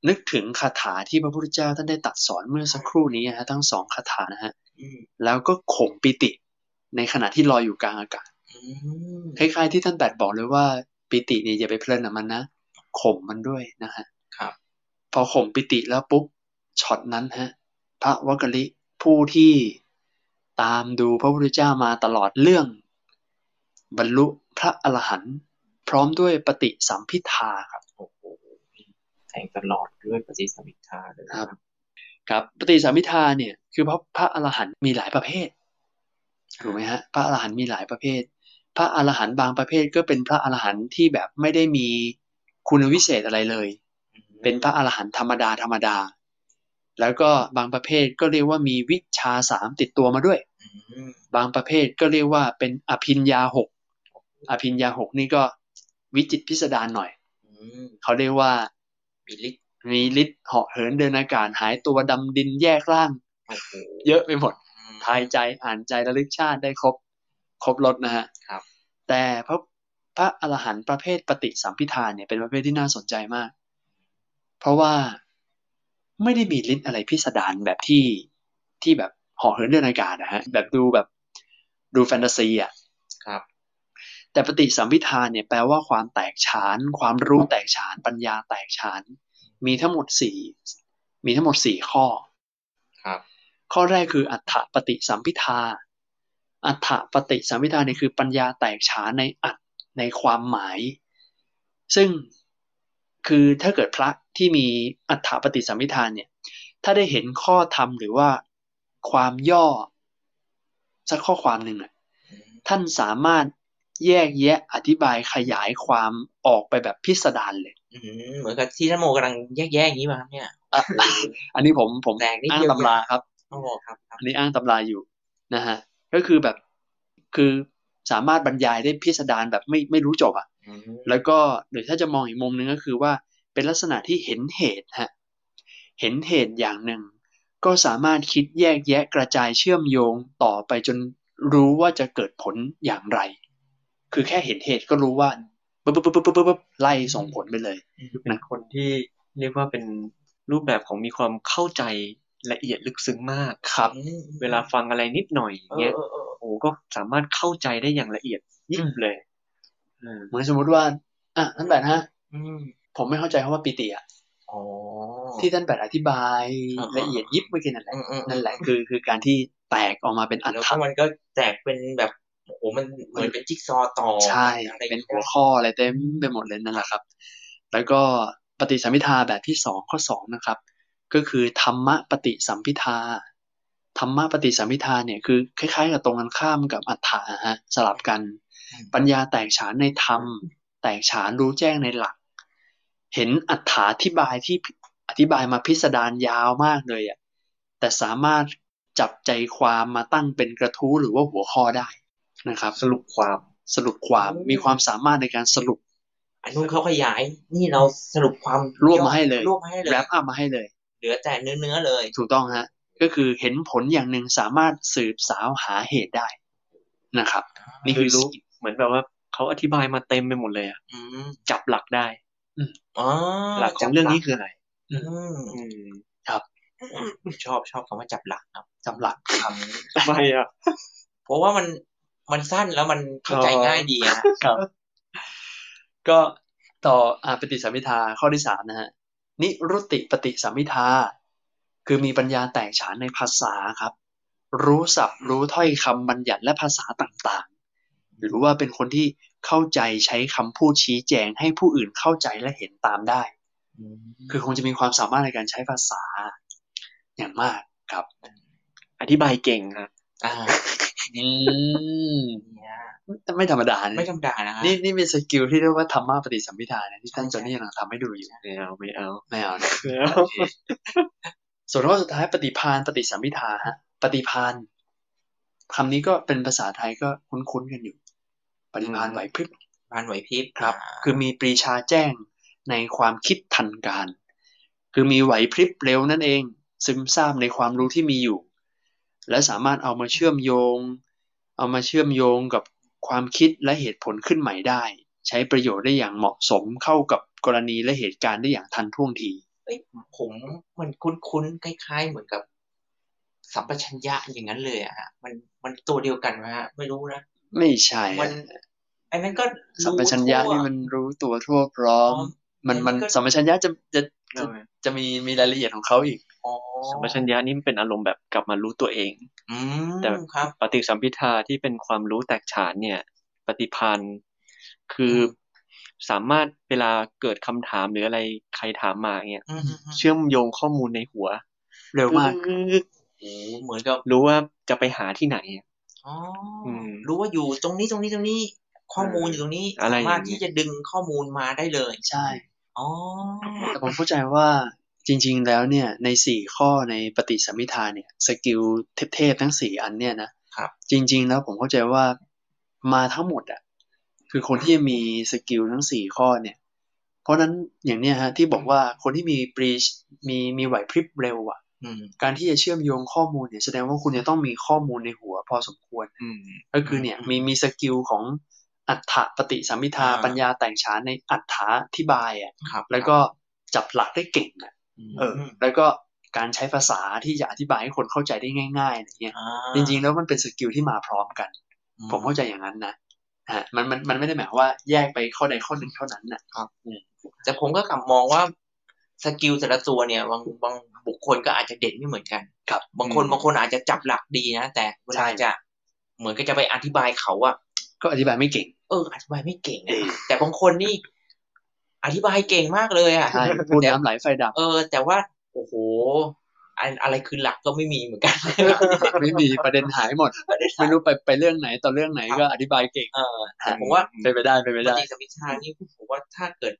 นึกถึงคาถาที่พระพุทธเจ้าท่านได้ตรัดสอนเมื่อสักครู่นี้นะฮะทั้งสองคาถานะฮะ อืม แล้วก็ข่มปิติ ในขณะที่ลอยอยู่กลางอากาศ อืม คล้ายๆที่ท่านแปดบอกเลยว่าปิติเนี่ยอย่าไปเพลินกับมันนะข่มมันด้วยนะฮะ ครับ พอข่มปิติแล้วปุ๊บช็อตนั้นฮะพระวักกลิผู้ที่ตามดูพระพุทธเจ้ามาตลอดเรื่อง บรรลุพระอรหันต์พร้อมด้วยปฏิสัมพิทาครับ โอ้โหแทงตลอดด้วยปฏิสัมพิทาเลยนะครับ ครับปฏิสัมพิทาเนี่ยคือพระพระอรหันต์มีหลายประเภทถูกไหมฮะพระอรหันต์มีหลายประเภท พระอรหันต์บางประเภทก็เป็นพระอรหันต์ที่แบบไม่ได้มีคุณวิเศษอะไรเลย อืม เป็นพระอรหันต์ธรรมดาธรรมดา แล้วก็บางประเภทก็เรียกว่ามีวิชาสามติดตัวมาด้วย อืม บางประเภทก็เรียกว่าเป็นอภิญญาหกอภิญญาหกนี่ก็วิจิตรพิสดารหน่อย อืม เขาเรียกว่า มีลิก มีฤทธิ์เหาะเหินเดินอากาศหายตัวดำดินแยกร่าง โอ้โห เยอะไปหมด อืม ทายใจอ่านใจระลึกชาติได้ครบ ครบรถนะฮะ ครับ แต่พระพระอรหันต์ประเภทปฏิสัมพิทานเนี่ยเป็นประเภทที่น่าสนใจมาก เพราะว่าไม่ได้มีลิ้นอะไรพิสดารแบบที่ที่แบบห่อเหินเดินอากาศนะฮะแบบดูแบบดูแฟนตาซีอ่ะ ครับ แต่ปฏิสัมพิทานเนี่ยแปลว่าความแตกฉาน ความรู้แตกฉานปัญญาแตกฉาน มีทั้งหมดสี่มีทั้งหมดสี่ข้อ ครับ ข้อแรกคืออัฏฐปฏิสัมพิทา อัฏฐปฏิสัมพิทาเนี่ยคือปัญญาแตกฉานในอัตในความหมาย ซึ่งคือถ้าเกิดพระที่มีอัฏฐปฏิสัมพิทาเนี่ย ถ้าได้เห็นข้อธรรมหรือว่าความย่อสักข้อความหนึ่งอะ อืม ท่านสามารถแยกแยะอธิบายขยายความออกไปแบบพิสดารเลย อืมเหมือนกับที่ท่านโมกำลังแยกแยะอย่างนี้มาครับเนี่ย อ่ะอันนี้ผมผม แตกนิด อ้าง เดียว ตำราครับ โอ้โหครับครับ อันนี้อ้างตำราอยู่นะฮะก็คือแบบคือสามารถบรรยายได้พิสดารแบบไม่ไม่รู้จบอะ่ะ อืม แล้วก็หรือถ้าจะมองอีกมุมหนึ่งก็คือว่าเป็นลักษณะที่เห็นเหตุฮะเห็นเหตุอย่างหนึ่ง ก็สามารถคิดแยกแยะกระจายเชื่อมโยงต่อไปจนรู้ว่าจะเกิดผลอย่างไร คือแค่เห็นเหตุก็รู้ว่าปุ๊บปุ๊บปุ๊บปุ๊บปุ๊บปุ๊บไล่ส่งผลไปเลย คือเป็นคนที่เรียกว่าเป็นรูปแบบของมีความเข้าใจละเอียดลึกซึ้งมาก ครับ อืม เวลาฟังอะไรนิดหน่อยอย่างเงี้ย เออเออเออ โอ้โหก็สามารถเข้าใจได้อย่างละเอียดยิบเลยเออ เหมือนสมมติว่าอ่ะนั่นแบบฮะ อืม ผมไม่เข้าใจคำว่าปิติอะ อ๋อ ที่ท่านแปดอธิบาย อ่าฮะ ละเอียดยิบเมื่อกี้นั่นแหละ อืมอืมอืม นั่นแหละคือคือการที่แตกออกมาเป็นอัฏ แล้ว ฐะ ก็มันก็แตกเป็นแบบโอ้โหมันเหมือนเป็นจิ๊กซอว์ต่อ ใช่ อะไรอย่าง เป็น งี้ย หัวข้ออะไรเต็มไปหมดเลยนั่นแหละครับ แล้วก็ปฏิสัมพิทาแบบที่สองข้อสองนะครับ ก็คือธรรมะปฏิสัมพิทาธรรมะปฏิสัมพิทาเนี่ยคือคล้ายๆกับตรงกันข้ามกับอัฏฐะฮะสลับกัน ปัญญาแตกฉานในธรรม แตกฉานรู้แจ้งในหลัก เห็นอัฏฐาธิบายที่อธิบายมาพิสดารยาวมากเลยอ่ะแต่สามารถจับใจความมาตั้งเป็นกระทู้หรือว่าหัวข้อได้นะครับ สรุปความ สรุปความมีความสามารถในการสรุป อันนู้นเขาขยาย นี่เราสรุปความ รวบมาให้เลย รวบมาให้เลย แรปอัพมาให้เลย เหลือแต่เนื้อเนื้อๆเลย ถูกต้องฮะ ก็คือเห็นผลอย่างหนึ่งสามารถสืบสาวหาเหตุได้นะครับ นี่คือรู้ เหมือนแบบว่าเขาอธิบายมาเต็มไปหมดเลยอะ อืม จับหลักได้ อ๋อ หลักของเรื่องนี้คืออะไร อืม อืม ชอบชอบคำว่าจับหลักครับ จำหลัก คำนี้ ไม่อะ เพราะว่ามันมันสั้นแล้วมันเข้าใจง่ายดีอะ ครับ ก็ต่ออาปฏิสัมพิทาข้อที่สามนะฮะนิรุตติปฏิสัมพิทา คือมีปัญญาแตกฉานในภาษาครับ รู้ศัพท์รู้ถ้อยคำบัญญัติและภาษาต่างๆ หรือว่าเป็นคนที่เข้าใจใช้คำพูดชี้แจงให้ผู้อื่นเข้าใจและเห็นตามได้ คือคงจะมีความสามารถในการใช้ภาษาอย่างมากครับ อธิบายเก่งฮะ อ่า อืม เนี่ย แต่ไม่ธรรมดานะ ไม่ธรรมดานะฮะ นี่นี่เป็นสกิลที่เรียกว่าธรรมะปฏิสัมพิทานะที่ท่านจอนนี่กำลังทำให้ดูอยู่ ไม่เอาไม่เอา ไม่เอานะ ไม่เอา ส่วนข้อสุดท้ายปฏิพานปฏิสัมพิทาฮะปฏิพานคำนี้ก็เป็นภาษาไทยก็คุ้นๆกันอยู่ ปฏิพานไหวพริบ พานไหวพริบ ครับ อ่า คือมีปรีชาแจ้งในความคิดทันการ คือมีไหวพริบเร็วนั่นเอง ซึมซาบในความรู้ที่มีอยู่ และสามารถเอามาเชื่อมโยง เอามาเชื่อมโยงกับความคิดและเหตุผลขึ้นใหม่ได้ ใช้ประโยชน์ได้อย่างเหมาะสมเข้ากับกรณีและเหตุการณ์ได้อย่างทันท่วงที เอ้ยผมมันคุ้นๆคล้ายๆ เหมือนกับ สัมปชัญญะอย่างนั้นเลยอะฮะมันมันตัวเดียวกันไหมฮะไม่รู้นะ ไม่ใช่ มัน ฮะ ไอ้นั้นก็รู้ สัมปชัญญะ ทั่ว นี่มันรู้ตัวทั่วพร้อม อ๋อ มัน มั มัน นก็ สัมปชัญญะจะจะ ไม่เอา จะมีมีรายละเอียดของเขาอีก อ๋อ สัมปชัญญะนี่มันเป็นอารมณ์แบบกลับมารู้ตัวเอง อืม แต่ ครับ ปฏิสัมพิทาที่เป็นความรู้แตกฉานเนี่ย ปฏิพันธ์คือสามารถเวลาเกิดคำถามหรืออะไรใครถามมาเนี่ย อืมอืมอืม เชื่อมโยงข้อมูลในหัว เร็วมาก โอ้เหมือนกับ รู้ว่าจะไปหาที่ไหน อ๋ออ ม รู้ว่าอยู่ตรงนี้ตรงนี้ตรงนี้ ข้อมูลอยู่ตรงนี้ อะไร สามารถ อย่างเงี้ ที่ ย จะดึงข้อมูลมาได้เลย ใช่ อ๋อ แต่ผมเข้าใจว่าจริง ๆ แล้วเนี่ยในสี่ข้อในปฏิสัมพิทาเนี่ยสกิลเทพๆทั้งสี่อันเนี่ยนะครับ จริง ๆ แล้วผมเข้าใจว่ามาทั้งหมดอ่ะคือคนที่จะมีสกิลทั้งสี่ข้อเนี่ย เพราะฉะนั้นอย่างเนี้ยฮะที่บอกว่าคนที่มีปรีชมีมีไหวพริบเร็วอ่ะ อืม การที่จะเชื่อมโยงข้อมูลเนี่ยแสดงว่าคุณจะต้องมีข้อมูลในหัวพอสมควร อืม ก็คือเนี่ยมีมีสกิลของอัฏฐปฏิสัมพิทา อ่า ปัญญาแต่งฉานในอัฏฐาธิบายอ่ะ ครับ แล้วก็จับหลักได้เก่งอ่ะ ม เอออแล้วก็การใช้ภาษาที่จะอธิบายให้คนเข้าใจได้ง่ายๆอย่างเงี้ย อ่า จริงๆแล้วมันเป็นสกิลที่มาพร้อมกัน ผมเข้าใจอย่างนั้นนะฮะมันมันมันไม่ได้หมายความว่าแยกไปข้อใดข้อหนึ่งเท่านั้นนะ แต่ผมก็กลับมองว่าสกิลแต่ละตัวเนี่ยบางบางบุคคลก็อาจจะเด่นไม่เหมือนกัน ครับ บางคน อืม บางคนอาจจะจับหลักดีนะแต่เว ใช่ ลาจะเหมือนก็จะไปอธิบายเขาอะ ก็อธิบายไม่เก่ง เอออธิบายไม่เก่ง เอ อะ อ แต่บางคนนี่ อธิบายเก่งมากเลยอะ ใช่พูด แต่ น้ำไหลไฟดับ เออ แต่ว่าโอ้โหอันอะไรคือหลักก็ไม่มีเหมือนกัน ไม่มีประเด็นหายหมด ไม่รู้ไปไปเรื่องไหนต่อเรื่องไหนก็อธิบายเก่ง เออแต่ ผมว่า เป็นไปได้เป็นไป ป ได้ ฏิสัมพิทานี่ผมว่าถ้าเกิด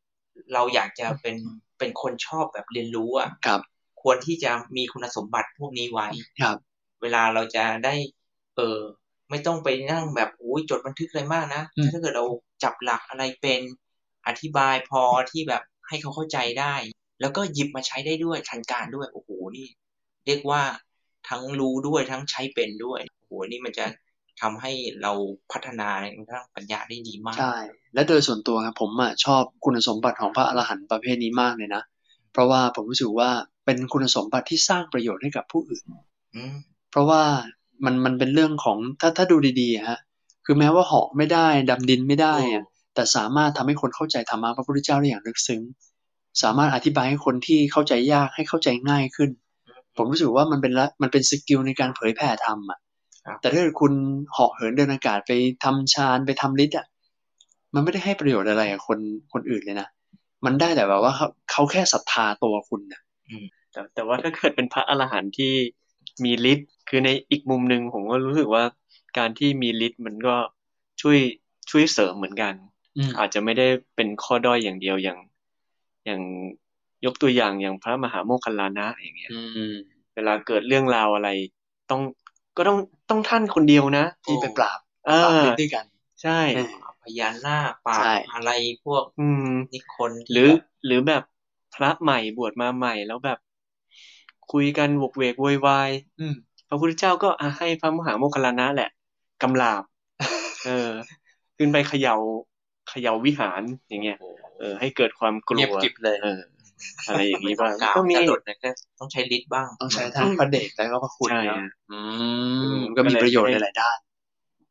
เราอยากจะเป็นเป็นคนชอบแบบเรียนรู้อ่ะ ครับ ควรที่จะมีคุณสมบัติพวกนี้ไว้ ครับ เวลาเราจะได้ เออ ไม่ต้องไปนั่งแบบอุ้ยจดบันทึกอะไรมากนะ อืม ถ้าเกิดเราจับหลักอะไรเป็นอธิบายพอที่แบบให้เขาเข้าใจได้ แล้วก็หยิบมาใช้ได้ด้วยทันการด้วยโอ้โหนี่ เรียกว่าทั้งรู้ด้วยทั้งใช้เป็นด้วยโอ้โหนี่มันจะทำให้เราพัฒนาในทางปัญญาได้ดีมาก ใช่ และโดยส่วนตัวครับผมอะชอบคุณสมบัติของพระอรหันต์ประเภทนี้มากเลยนะ เพราะว่าผมรู้สึกว่าเป็นคุณสมบัติที่สร้างประโยชน์ให้กับผู้อื่น อืม เพราะว่ามันมันเป็นเรื่องของถ้าถ้าดูดีๆอะฮะคือแม้ว่าเหาะไม่ได้ดำดินไม่ได้อะแต่สามารถทำให้คนเข้าใจธรรมะพระพุทธเจ้าได้อย่างลึกซึ้ง สามารถอธิบายให้คนที่เข้าใจยากให้เข้าใจง่ายขึ้น ผมรู้สึกว่ามันเป็นละมันเป็นสกิลในการเผยแผ่ธรรมอ่ะ ครับ แต่ถ้าเกิดคุณเหาะเหินเดินอากาศไปทำฌานไปทำฤทธิ์อ่ะ มันไม่ได้ให้ประโยชน์อะไรกับคนคนอื่นเลยนะ มันได้แต่แบบว่าเขาเขาแค่ศรัทธาตัวคุณนะ แต่แต่ว่าถ้าเกิดเป็นพระอรหันต์ที่มีฤทธิ์คือในอีกมุมหนึ่งผมก็รู้สึกว่าการที่มีฤทธิ์มันก็ช่วยช่วยเสริมเหมือนกัน อืม อาจจะไม่ได้เป็นข้อด้อยอย่างเดียวอย่าง อย่างยกตัวอย่างอย่างพระมหาโมคคัลลานะอย่างเงี้ย อืม เวลาเกิดเรื่องราวอะไร ต้องก็ต้องต้องท่านคนเดียวนะ ที่ไปปราบ เอ ปราบ อ ฤทธิ์ด้วยกัน ใช่ พญานาคปราบ ใช่ อะไรพวก อืม นิคน หรือหรือแบบพระใหม่บวชมาใหม่แล้วแบบ คุยกันวกเวกโวยวาย อืม พระพุทธเจ้าก็อ่ะให้พระมหาโมคคัลลานะแหละกำลาบ เออ ขึ้นไปเขย่าเขย่าวิหารอย่างเงี้ย เออ ให้เกิดความกลั เงียบ ว กริบเลย เออ อะไรอย่างนี้บ้าง กล่าว ก็มี จะหลุดนะก็ต้องใช้ลิ้นบ้าง ต้องใช้ทั้งประเดชแล้วก็พระคุณ ใช่ เนอะ ฮะ อื อื ม ม ก็มีประโยชน์ในหลายด้าน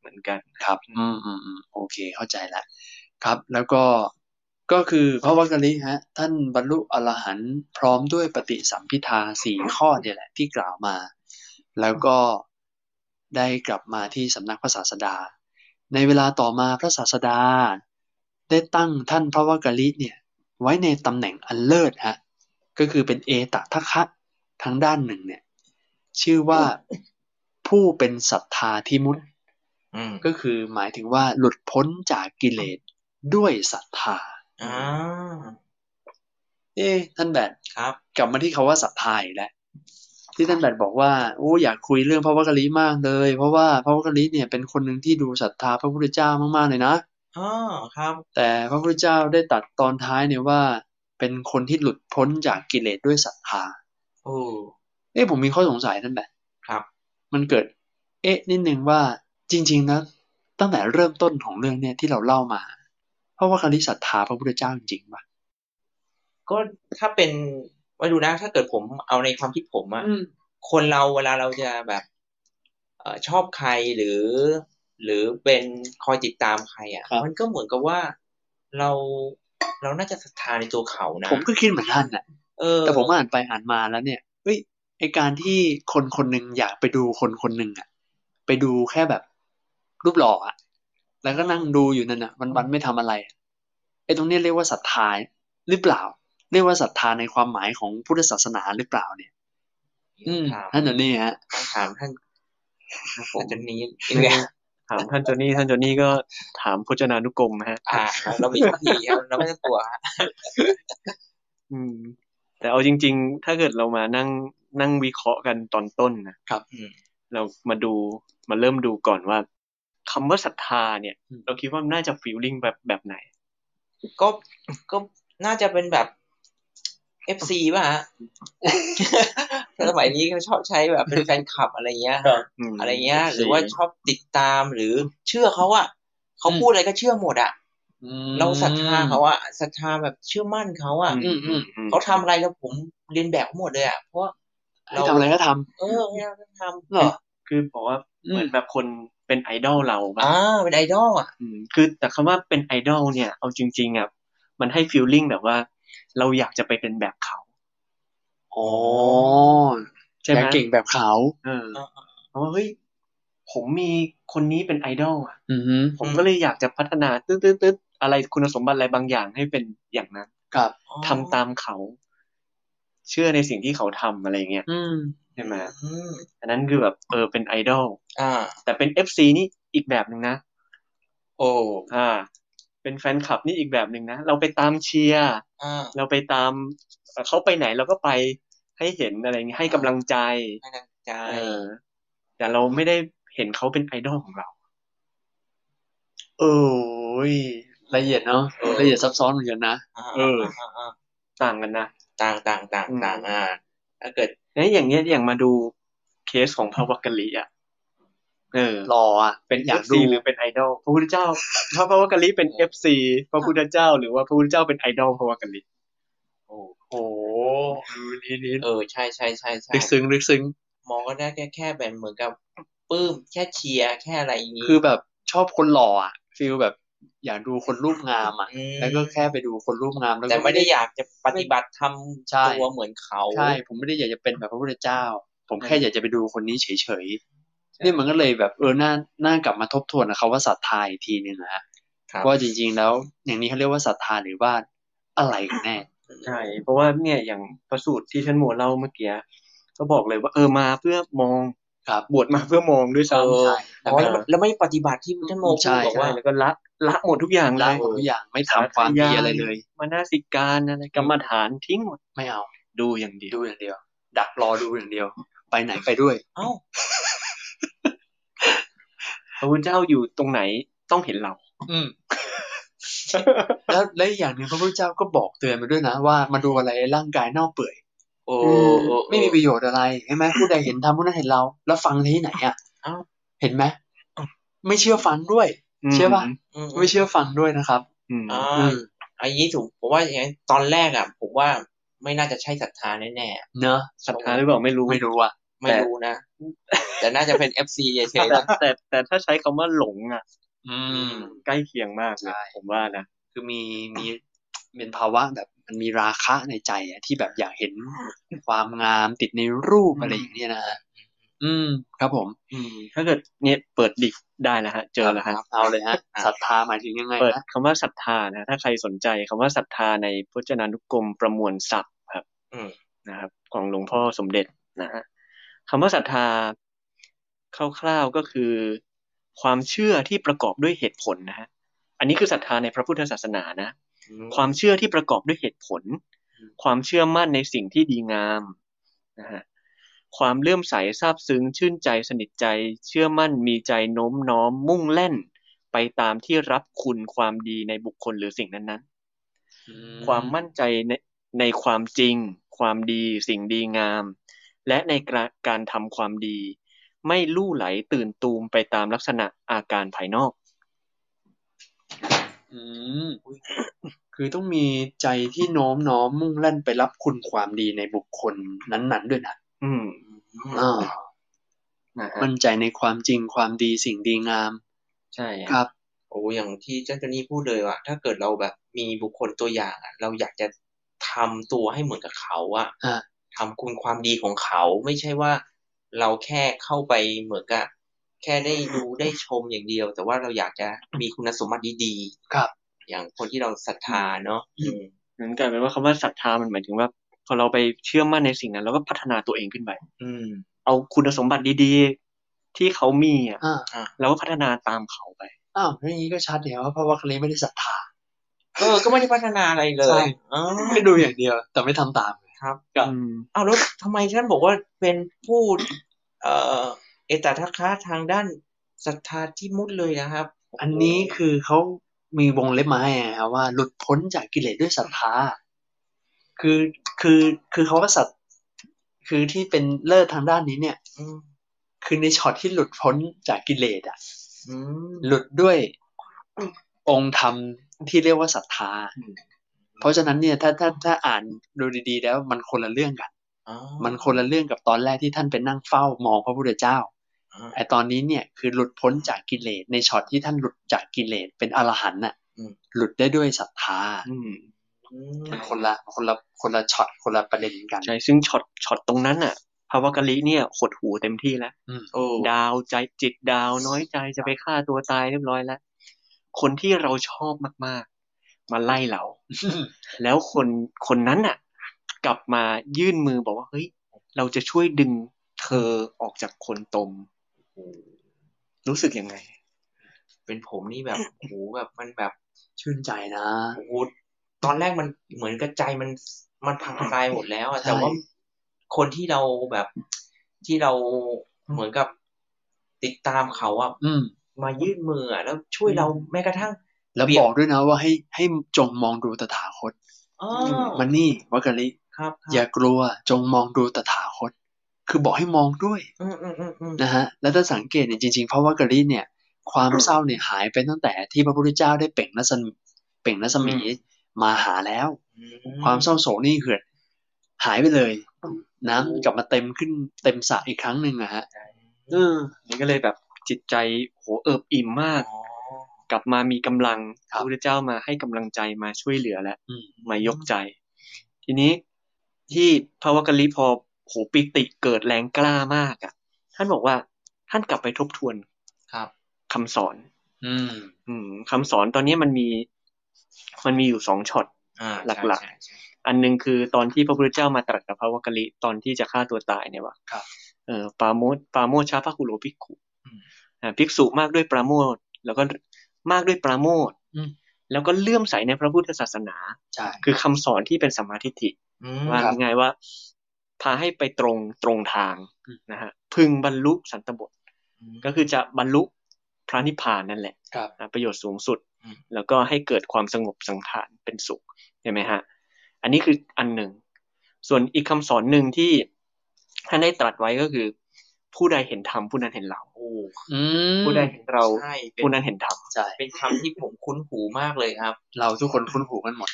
เหมือนกัน ครับ อืมอืมอืมโอเค เข้าใจแล้ว ครับ แล้วก็ ก็คือพระวักกะลิฮะ ท่านบรรลุอรหันต์พร้อมด้วยปฏิสัมพิทาสี่ข้อเนี่ยแหละที่กล่าวมา แล้วก็ได้กลับมาที่สำนักพระศาสดา ในเวลาต่อมาพระศาสดา ได้ตั้งท่านพระวักกะลิเนี่ย ไว้ในตำแหน่งอันเลิศฮะ ก็คือเป็นเอตทัคคะทางด้านหนึ่งเนี่ย ชื่อว่าผู้เป็นศรัทธาที่มุต อืม ก็คือหมายถึงว่าหลุดพ้นจากกิเลสด้วยศรัทธา อ่า เอ๊ะท่านแบด ครับ กลับมาที่คาว่าศรัทธาอีกแล้วที่ท่านแบดบอกว่าโอ้อยากคุยเรื่องพระวักกะลิมากเลย เพราะว่าพระวักกะลิเนี่ยเป็นคนหนึ่งที่ดูศรัทธาพระพุทธเจ้ามากๆเลยนะ อ๋อครับ แต่พระพุทธเจ้าได้ตัดตอนท้ายเนี่ยว่า เป็นคนที่หลุดพ้นจากกิเลสด้วยศรัทธา โอ้ เอ๊ะผมมีข้อสงสัยท่านแบด ครับ มันเกิด เอ๊ะนิดนึงว่าจริงๆนะตั้งแต่เริ่มต้นของเรื่องเนี่ยที่เราเล่ามา เพราะว่าคาริศรัทธาพระพุทธเจ้าจริงๆป่ะ ก็ถ้าเป็นว่าดูนะถ้าเกิดผมเอาในความคิดผมอะ อืม คนเราเวลาเราจะแบบเอ่อชอบใครหรือ หรือเป็นคอยติดตามใครอะ ครับ มันก็เหมือนกับว่าเราเราน่าจะศรัทธาในตัวเขานะ ผมก็คิดเหมือนท่านน่ะ เออ แต่ผมอ่านไปอ่านมาแล้วเนี่ยเฮ้ยไอการที่คนคนหนึ่งอยากไปดูคนคนหนึ่งอะไปดูแค่แบบรูปหล่ออะแล้วก็นั่งดูอยู่นั่นน่ะวันๆไม่ทำอะไรไอตรงเนี้ยเรียกว่าศรัทธาหรือเปล่า เรียกว่าศรัทธาในความหมายของพุทธศาสนาหรือเปล่าเนี่ย อืม ถาม ท่านเดี๋ยวนี้ฮะ ต้องถามท่านอาจารย์นี้ เออถามท่านโจนี่ท่านโจนี่ก็ถามพจนานุกรมฮะ อ่า เรามีวิธีครับเราไม่ต้องกลัวฮะ อืม แต่เอาจริง ๆ ถ้าเกิดเรามานั่งนั่งวิเคราะห์กันตอนต้นนะครับ อืม เรามาดูมาเริ่มดูก่อนว่าคำว่าศรัทธาเนี่ย อืม เราคิดว่ามันน่าจะฟีลลิ่งแบบแบบไหน ก็ก็น่าจะเป็นแบบ FC ป่ะฮะ สมัยนี้เขาชอบใช้แบบเป็นแฟนคลับอะไรเงี้ย อืม อะไรเงี้ย โอเค หรือว่าชอบติดตามหรือเชื่อเขาอะเขา อืม พูดอะไรก็เชื่อหมดอะ อืม เราศรัทธาเขาอะศรัทธาแบบเชื่อมั่นเขาอะอือืมอืม เขาทำอะไรแล้วผมเรียนแบบหมดเลยอะเพราะ ให้ทำอะไรก็ท เออให้เราท ำเหรอ คือบอกว่า อื เหมื ม อนแบบคนเป็นไอดอลเรา ำ บ้า อ่าง เป็นไอดอลอะ อืมคือแต่คำว่าเป็นไอดอลเนี่ย เอาจริง ๆอ่ะมันให้ฟีลลิ่งแบบว่า เราอยากจะไปเป็นแบบเขา อ๋อ ใช่ไห อ ม ยากเก่งแบบเขา เออเพราะว่าเฮ้ยผมมีคนนี้เป็นไอดอลอ่ะ อือฮึ ผมก็เลยอยากจะพัฒนาตึ๊ดตึ๊ดตึ๊ดอะไรคุณสมบัติอะไรบางอย่างให้เป็นอย่างนั้น ครับ ทำตามเขา เชื่อในสิ่งที่เขาทำอะไรเงี้ย อืม ใช่ไหม อืม อันนั้นคือแบบเออเป็นไอดอล อ่า แต่เป็นเอฟซีนี่อีกแบบหนึ่งนะ โอ้ อ่า เป็นแฟนคลับนี่อีกแบบหนึ่งนะเราไปตามเชียร์ อ่า เราไปตามเอ่อเขาไปไหนเราก็ไปให้เห็นอะไรเงี้ยให้กำลังใจ ให้กำลังใจ เออ แต่เราไม่ได้เห็นเขาเป็นไอดอลของเรา โอ้ยละเอียดเนาะละเอียดซับซ้อนเหมือนกันนะ อ่า เออ าาอ่า ต่างกันนะ ต่างต่างต่าง อืม ต่างอ่าถ้าเกิด งั้นอย่างเงี้ยอย่างมาดูเคสของพระวักกะลิอ่ะ เออ รออ่ะ เป็นเอยอาก ฟ ดู ซีหรือเป็นไอดอลพระพุทธเจ้า ถ้าพระวักกะลิเป็นเอฟซีพระพุทธเจ้า หรือว่าพระพุทธเจ้าเป็นไอดอลพระวักกะลิ โอ้ โอ้ นี่นี่ เออใช่ใช่ใช่ใช่ ลึกซึ้งลึกซึ้ง มองก็ได้แค่แค่แบบเหมือนกับปลื้มแค่เชียร์แค่อะไรอย่างนี้ คือแบบชอบคนหล่ออ่ะฟีลแบบอยากดูคนรูปงามอ่ะ อืม แล้วก็แค่ไปดูคนรูปงามแล้วก็ แต่ไม่ได้อยากจะปฏิบัติท ใช่ ำตัวเหมือนเขา ใช่ ผมไม่ได้อยากจะเป็นแบบพระพุทธเจ้า ผม อืม แค่อยากจะไปดูคนนี้เฉยๆนี่มันก็เลยแบบเออน่าน่ากลับมาทบทวนนะคำว่าศรัทธาอีกทีนึงนะฮะ ครับ ว่าจริง ๆ แล้วอย่างนี้เขาเรียกว่าศรัทธาหรือว่าอะไรกันแน่ ใช่ เพราะว่าเนี่ยอย่างประสูตรที่ท่านโมเล่าเมื่อกี้ก็บอกเลยว่าเออมาเพื่อมอง ครับ บวชมาเพื่อมองด้วยซ้ำ ใช่ อ๋อแล้วไม่แล้วไม่ปฏิบัติที่ท่านโมพู ใช่ ดบอก ใช่ ว่า แล้วก็ละละหมดทุกอย่างเล ละ ย หมดทุกอย่างไม่ทำความดีอะไรเลย มานาสิการอะไรกรรมฐานทิ้งหมด ไม่เอา ดูอย่างเดียว ดูอย่างเดียว ดักรอดูอย่างเดียว ไปไหนไปด้วย เอ้า พระพุทธเจ้าอยู่ตรงไหนต้องเห็นเรา อืม แล้วและอีกอย่างหนึ่งพระพุทธเจ้าก็บอกเตือนมาด้วยนะว่ามาดูอะไรร่างกายเน่าเปื่อย โอ้ อืม โอ้ ไม่มีประโยชน์อะไรใช่ไหมผู้ใดเห็นธรรมผู้นั้นเห็นเรา แล้วฟังที่ไหนอ่ะ เอ้า เห็นไหมไม่เชื่อฟังด้วย เชื่อป่ะ อืม ไม่เชื่อฟังด้วยนะครับ อืม อ่ อื าม อันนี้ถูกผมว่าอย่างนี้ตอนแรกอ่ะ ผมว่าไม่น่าจะใช่ศรัทธาแน่ เนอะ ๆ ศรัทธาหรือเปล่าไม่รู้ ไม่รู้อ่ะ ไม่รู้นะ แต่น่าจะเป็นเอฟซีเฉยๆ แต่ นะ แต่แต่ถ้าใช้คำว่าหลงอ่ะ อืม ใกล้เคียงมากเล ใช่ ยผมว่านะ คือมีมีเป็นภาวะแบบมันมีราคะในใจอะที่แบบอยากเห็นความงามติดในรูป อืม อะไรอย่างเนี้ยนะฮะอืม ครับผม อืม ถ้าเกิดเนี่ยเปิดดิกได้แล้วฮะ เจอแล้วฮะ เอาเลยฮะศรัทธาหมายถึงยังไง เปิด นะ คำว่าศรัทธานะ ถ้าใครสนใจคำว่าศรัทธาในพจนานุกรมประมวลศัพท์ครับ อืม นะครับ ของหลวงพ่อสมเด็จนะฮะคำว่าศรัทธาคร่าวๆก็คือ ความเชื่อที่ประกอบด้วยเหตุผลนะฮะอันนี้คือศรัทธาในพระพุทธศาสนานะ ความเชื่อที่ประกอบด้วยเหตุผล อืม ความเชื่อมั่นในสิ่งที่ดีงามนะฮะ ความเลื่อมใสซาบซึ้ง ชื่นใจสนิทใจ เชื่อมั่นมีใจโน้มน้อม มุ่งแล่น ไปตามที่รับคุณความดีในบุคคลหรือสิ่งนั้น อื ๆ ความมั่นใจในในความจริง ความดีสิ่งดีงาม และในกระการทำความดี ไม่ลู่ไหลตื่นตูมไปตามลักษณะอาการภายนอก อืมคือต้องมีใจที่โน้มน้อมมุ่งแล่นไปรับคุณความดีในบุคคลนั้น ๆ ด้วยนะ อืม อ่า นะฮะ มั่นใจในความจริงความดีสิ่งดีงาม ใช่ ค ครับ รับ โอ้อย่างที่เจ้าตัวนี้พูดเลยว่าถ้าเกิดเราแบบมีบุคคลตัวอย่างอะเราอยากจะทำตัวให้เหมือนกับเขาอะ อ่า ทำคุณความดีของเขา ไม่ใช่ว่าเราแค่เข้าไปเหมือนกับแค่ได้ดูได้ชมอย่างเดียว แต่ว่าเราอยากจะมีคุณสมบัติดี ครับ ๆอย่างคนที่เราศรัทธาเนาะอืม นั้นกลายเป็นว่าคำว่าศรัทธามันหมายถึงว่า พอเราไปเชื่อมั่นในสิ่งนั้นเราก็พัฒนาตัวเองขึ้นไป อืม เอาคุณสมบัติดีๆ ที่เขามีอ่ะ อ่า เราก็พัฒนาตามเขาไป อ้าวเรื่องนี้ก็ชัดเดี๋ยวว่าเพราะว่าคลีไม่ได้ศรัทธา เออ ก็ไม่ได้พัฒนาอะไรเล ใช่ ยอ๋อ แค่ดูอย่างเดียว แต่ไม่ทำตาม ครับ ครับ อืม เอาแล้วทำไมท่านบอกว่าเป็นผู้เอ่อเอตทัคคะทางด้านศรัทธาที่มุดเลยนะครับ อันนี้คือเขามีวงเล็บมาให้อะครับว่าหลุดพ้นจากกิเลสด้วยศรัทธา คือคือคือเขาว่าศรัทคือที่เป็นเลิศทางด้านนี้เนี่ย อืม คือในช็อตที่หลุดพ้นจากกิเลสอ่ะ อืม หลุดด้วยองค์ธรรมที่เรียกว่าศรัทธา อืม เพราะฉะนั้นเนี่ยถ้าถ้าถ้าอ่านดูดีๆ แล้วมันคนละเรื่องกัน อ๋อ มันคนละเรื่องกับตอนแรกที่ท่านไปนั่งเฝ้ามองพระพุทธเจ้า อ่า ไอตอนนี้เนี่ยคือหลุดพ้นจากกิเลสในช็อตที่ท่านหลุดจากกิเลสเป็นอรหันต์น่ะหลุดได้ด้วยศรัทธา อืม อืม มันคนละคนละคนละช็อตคนละประเด็นกัน ใช่ซึ่งช็อตช็อตตรงนั้นอ่ะภาวะกะลิเนี่ยหดหูเต็มที่แล้ว โอ้ ดาวใจจิตดาวน้อยใจจะไปฆ่าตัวตายเรียบร้อยแล้ว คนที่เราชอบมากๆ มาไล่เรา แล้วคนคนนั้นอ่ะ กลับมายื่นมือบอกว่าเฮ้ย เราจะช่วยดึงเธอออกจากคนตม รู้สึกยังไง เป็นผมนี่แบบโอ้โหแบบมันแบบ ชื่นใจนะ โอ้โหตอนแรกมันเหมือนกระจายมันมันพังทลายหมดแล้วอะ ใช่ แต่ว่าคนที่เราแบบที่เราเหมือนกับติดตามเขาอะ อืม มายื่นมืออะแล้วช่วยเราแม้กระทั่ง แล้ว เปรียบ บอกด้วยนะว่าให้ให้จงมองดูตถาคต อ๋อ มันนี่วักกะลิ ครับครับ อย่ากลัวจงมองดูตถาคต คือบอกให้มองด้วย อืมอืมอืมอืม นะฮะแล้วถ้าสังเกตเนี่ยจริงๆเพราะวักกะลิเนี่ย ความเศร้าเนี่ยหายไปตั้งแต่ที่พระพุทธเจ้าได้เปล่งรัศมีเปล่งรัศมีมาหาแล้ว ความเศร้าโศกนี่เหือดหายไปเลย น้ำกลับมาเต็มขึ้นเต็มสระอีกครั้งหนึ่งนะฮะเออ นี่ก็เลยแบบจิตใจโหเอิบอิ่มมาก อ๋อก ลับมามีกำลังพ ครั ระ บ พุทธเจ้ามาให้กำลังใจมาช่วยเหลือแล้ว อืม มายกใจ ทีนี้ที่พระวกกลิพอโหปิติเกิดแรงกล้ามากอ่ะ ท่านบอกว่าท่านกลับไปทบทวน ครับ คำสอน อืม อืมคำสอนตอนนี้มันมี มันมีอยู่สองช็อต อ่า หลัก อันหนึงคือตอนที่พระพุทธเจ้ามาตรัสกับพระวกกลิตอนที่จะฆ่าตัวตายเนี่ยว่า ครับ เออปาโมดปาโมชาพคุโลภิกขุ อืม อ่าภิกษุมากด้วยปราโมทแล้วก็มากด้วยปราโมท อืม แล้วก็เลื่อมใสในพระพุทธศาสนา ใช่ คือคำสอนที่เป็นสัมมาทิฏฐิ อืม ว่า ครับ ง่ายๆว่า พาให้ไปตรงตรงทางนะฮะพึงบรรลุสันตบท ก็คือจะบรรลุพระนิพพานนั่นแหละ ครับ อ่ะประโยชน์สูงสุด อืม แล้วก็ให้เกิดความสงบสังขารเป็นสุขใช่ไหมฮะ อันนี้คืออันหนึ่ง ส่วนอีกคำสอนหนึ่งที่ท่านได้ตรัสไว้ก็คือ ผู้ใดเห็นธรรมผู้นั้นเห็นเรา โอ้ อืม ผู้ใดเห็นเรา ใช่เป็ ผู้ น นั้นเห็นธรรม ใช่ เป็นคำที่ผมคุ้นหูมากเลยครับ เราทุกคนคุ้นหูกันหมด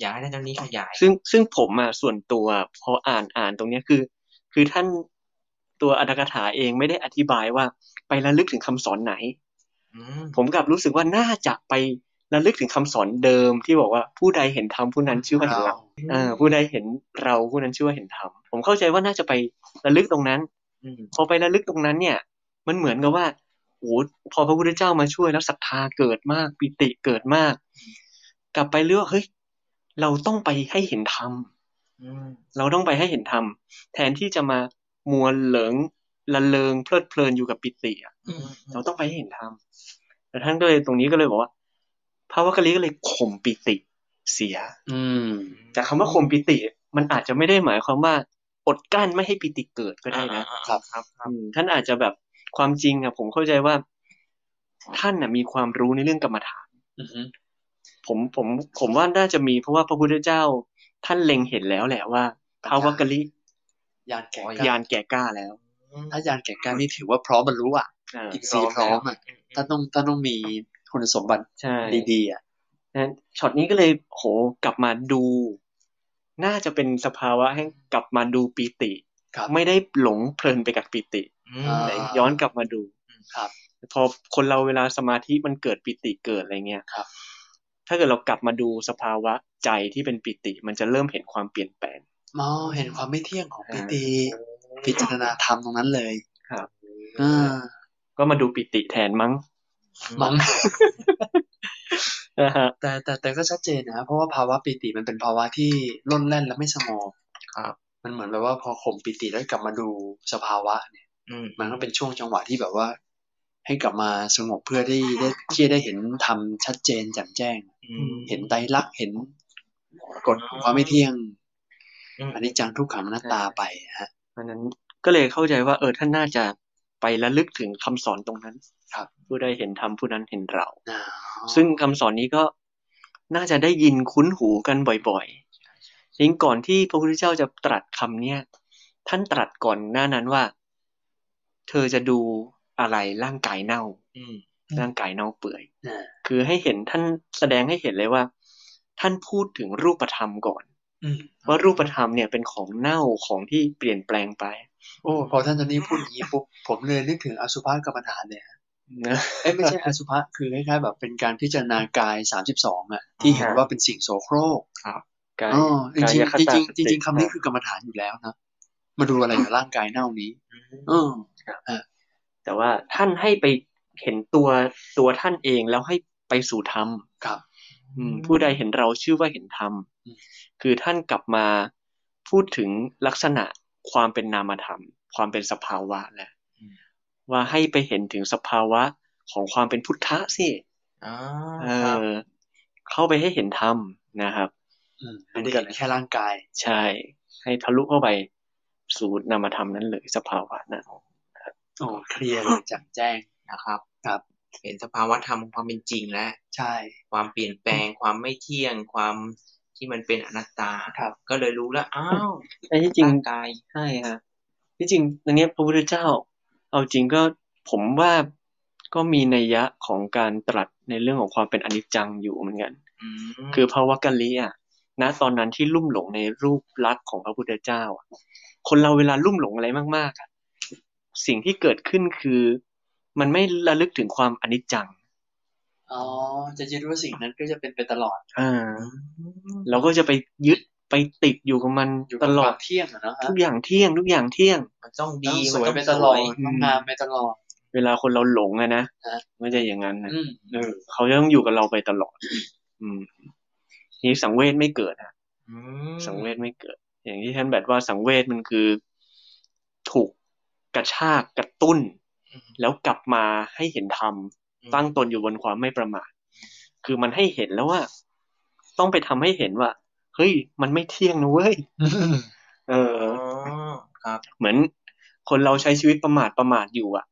อยากให้ท่านเจ้านี้ขยาย ซึ่งซึ่งผมอ่ะส่วนตัวพออ่านอ่านตรงเนี้ยคือ คือท่านตัวอัตถกถาเองไม่ได้อธิบายว่าไประลึกถึงคำสอนไหน อืม ผมกลับรู้สึกว่าน่าจะไประลึกถึงคำสอนเดิมที่บอกว่าผู้ใดเห็นธรรมผู้นั้นชื่อว่าเห็นเราเออผู้ใดเห็นเราผู้นั้นชื่อว่าเห็นธรรมผมเข้าใจว่าน่าจะไประลึกตรงนั้น อืม พอไประลึกตรงนั้นเนี่ย มันเหมือนกับว่าโอ้พอพระพุทธเจ้ามาช่วยแล้วศรัทธาเกิดมากปิติเกิดมาก กลับไปเลือกเฮ้ยเราต้องไปให้เห็นธรรม อืม เราต้องไปให้เห็นธรรม แทนที่จะมามัวเหลิงละเลงเพลิดเพลินอยู่กับปิติอะ อืม เราต้องไปให้เห็นธรรมแต่ท่านก็เลยตรงนี้ก็เลยบอกว่าพระวักกะลีก็เลยข่มปิติเสีย อืม แต่คำว่าข่มปิติ มันอาจจะไม่ได้หมายความว่าอดกลั้นไม่ให้ปิติเกิดก็ได้นะ อ่าๆๆ ครับ ครับครับ อืมท่านอาจจะแบบความจริงอะผมเข้าใจว่า ท่านน่ะมีความรู้ในเรื่องกรรมฐาน อือฮึ ผมผมผมว่าน่าจะมีเพราะว่าพระพุทธเจ้า ท่านเล็งเห็นแล้วแหละว่าพระวักกะลี ยานแก่ อ๋อ กล้าย านแก่กล้าแล้ว ถ้ายานแก่กล้านี่ถือว่าพร้อมบรรลุอ่ะ อ่า อินทรีย์พร้อมอ่ะถ้าต้องถ้าต้องมีคุณสมบัติ ใช่ ดีๆอ่ะ นั้นช็อตนี้ก็เลยโหกลับมาดู น่าจะเป็นสภาวะให้กลับมาดูปีติ ครับ ไม่ได้หลงเพลินไปกับปีติ อืม อ่า แต่ย้อนกลับมาดู ครับ พอคนเราเวลาสมาธิมันเกิดปีติเกิดอะไรเงี้ย ครับ ถ้าเกิดเรากลับมาดูสภาวะใจที่เป็นปีติ มันจะเริ่มเห็นความเปลี่ยนแปลง มองเห็นความไม่เที่ยงของ อ่า ปิติพิจารณาธรรมตรงนั้นเลย ครับ อ่า ก็มาดูปีติแทนมั้ง มั้ง นะฮะ แต่แต่แต่ก็ชัดเจนนะเพราะว่าภาวะปิติมันเป็นภาวะที่ล่นแล่นและไม่สงบ ครับ มันเหมือนแบบว่าพอข่มปิติแล้วกลับมาดูสภาวะเนี่ย อืม มันก็เป็นช่วงจังหวะที่แบบว่า ให้กลับมาสงบเพื่อได้ได้ที่จะได้เห็นธรรมชัดเจนแจ่มแจ้ง อืม เห็นไตรลักษณ์เห็นกฎของความไม่เที่ยง อืม อันนี้จังทุกขังอนัตตาไปนะฮะ เพราะฉะนั้นก็เลยเข้าใจว่าเออท่านน่าจะไประลึกถึงคำสอนตรงนั้น ครับ ผู้ใดเห็นธรรมผู้นั้นเห็นเรา อ๋อ ซึ่งคำสอนนี้ก็น่าจะได้ยินคุ้นหูกันบ่อยๆยิ่งก่อนที่พระพุทธเจ้าจะตรัสคำเนี้ยท่านตรัสก่อนหน้านั้นว่า เธอจะดูอะไรร่างกายเน่า อืม ร่างกายเน่าเปื่อย อ่า คือให้เห็นท่านแสดงให้เห็นเลยว่า ท่านพูดถึงรูปธรรมก่อน อืม ว่ารูปธรรมเนี่ยเป็นของเน่าของที่เปลี่ยนแปลงไป โอ้พอท่านตอนนี้พูดอย่างนี้ปุ๊บผมเลยนึกถึงอสุภะกรรมฐานเลยฮะ นะ เอ้ยไม่ ใช่อสุภะคือคล้ายๆแบบเป็นการพิจารณากายสามสิบสองอ่ะที่เห็น ครับ ว่าเป็นสิ่งโสโครก กาย อ๋อจริง กายค ๆจ ตา ริง ส ๆจ ติ ริงๆคำนี้คือกรรมฐานอยู่แล้วนะมาดูอะไรกับร่างกายเน่านี้เออ แต่ว่าท่านให้ไปเห็นตัวตัวท่านเองแล้วให้ไปสู่ธรรม ครับ อื嗯มผู้ใดเห็นเราชื่อว่าเห็นธรรม อืม คือท่านกลับมาพูดถึงลักษณะความเป็นนามธรรม ความเป็นสภาวะแล้ว อืม ว่าให้ไปเห็นถึงสภาวะของความเป็นพุทธะสิ อ่า เอ ครับ อเข้าไปให้เห็นธรรมนะครับ อืมไม่ได้เห็นแค่ร่างกาย ใช่ ให้ทะลุเข้าไปสู่นามธรรมนั้นเลยสภาวะนั้น โอ้เคลียร์เลยแจ่มแจ้ง นะครับ ครับ เห็นสภาวะธรรมของความเป็นจริงและ ใช่ ความเปลี่ยนแปลงความไม่เที่ยงความที่มันเป็นอนัตตา ครับ ก็เลยรู้แล้วอ้าว แต่ที่จริง ร่างกาย ใช่ฮะที่จริงตรงเนี้ยพระพุทธเจ้า เอาจริงก็ผมว่าก็มีนัยยะของการตรัสในเรื่องของความเป็นอนิจจังอยู่เหมือนกัน อืม คือภาวะกัลลีอะนะตอนนั้นที่ลุ่มหลงในรูปลักษณ์ของพระพุทธเจ้าอะคนเราเวลาลุ่มหลงอะไรมากๆอะสิ่งที่เกิดขึ้นคือ มันไม่ระลึกถึงความอนิจจัง อ๋อ จะยึดว่าสิ่งนั้นก็จะเป็นไปตลอด อ่า อืม เราก็จะไปยึดไปติดอยู่กับมัน อยู่ ต กับ ล ค อ วา ด มเที่ยงอะเนาะฮะ ทุกอย่างเที่ยง ทุกอย่างเที่ยง มันต้อง ต้ ดี องส มัน วย ต้อง ไปตลอด สวย ต้องงามไปตลอด เวลาคนเราหลงอะนะ ฮะ มันจะอย่างนั้นนะ อืมเออ เขาจะต้องอยู่กับเราไปตลอด อืมนี่สังเวชไม่เกิดอะ อืม สังเวชไม่เกิด อย่างที่ท่านแบบว่าสังเวชมันคือ ถูกกระชากกระตุ้น อืม แล้วกลับมาให้เห็นธรรม อืม ตั้งตนอยู่บนความไม่ประมาท คือมันให้เห็นแล้วว่า ต้องไปทำให้เห็นว่า เฮ้ย มันไม่เที่ยงนะเว้ย เออ อ๋อครับ เหมือนคนเราใช้ชีวิตประมาทประมาทอยู่อะ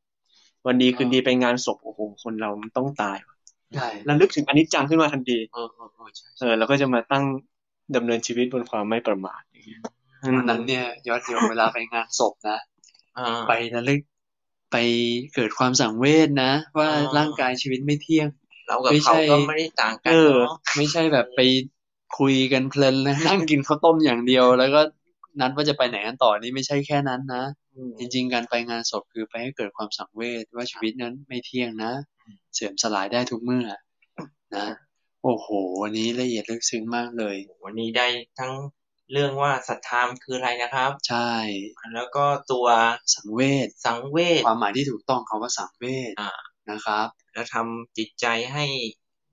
วันดีคืน อ่า ดีไปงานศพโอ้โหคนเรามันต้องตายว่ะ ใช่ ระลึกถึงอนิจจังขึ้นมาทันที เออเออเออใช่ เออเราก็จะมาตั้งดำเนินชีวิตบนความไม่ประมาทอย่างเงี้ย วันนั้นเนี่ยยอดโยมเวลาไปงานศพนะ อ่า ไประลึกไปเกิดความสังเวชนะ ว่า อ่า ร่างกายชีวิตไม่เที่ยง เรากับ ไม่เใช่ขาก็ไม่ได้ต่างกันเนาะ ไม่ใช่แบบไปคุยกันเพลินนะ นั่งกินข้าวต้มอย่างเดียว แล้วก็นัดว่าจะไปไหนกันต่อนี่ไม่ใช่แค่นั้นนะ จริงๆ การไปงานศพคือไปให้เกิดความสังเวชว่าชีวิตนั้นไม่เที่ยงนะ เสื่อมสลายได้ทุกเมื่อนะ โอ้โห วันนี้ละเอียดลึกซึ้งมากเลย วันนี้ได้ทั้งเรื่องว่าศรัทธามนคืออะไรนะครับ ใช่ แล้วก็ตัว สังเวช สังเวช ความหมายที่ถูกต้องคำว่าสังเวช อ่า นะครับ แล้วทำจิตใจให้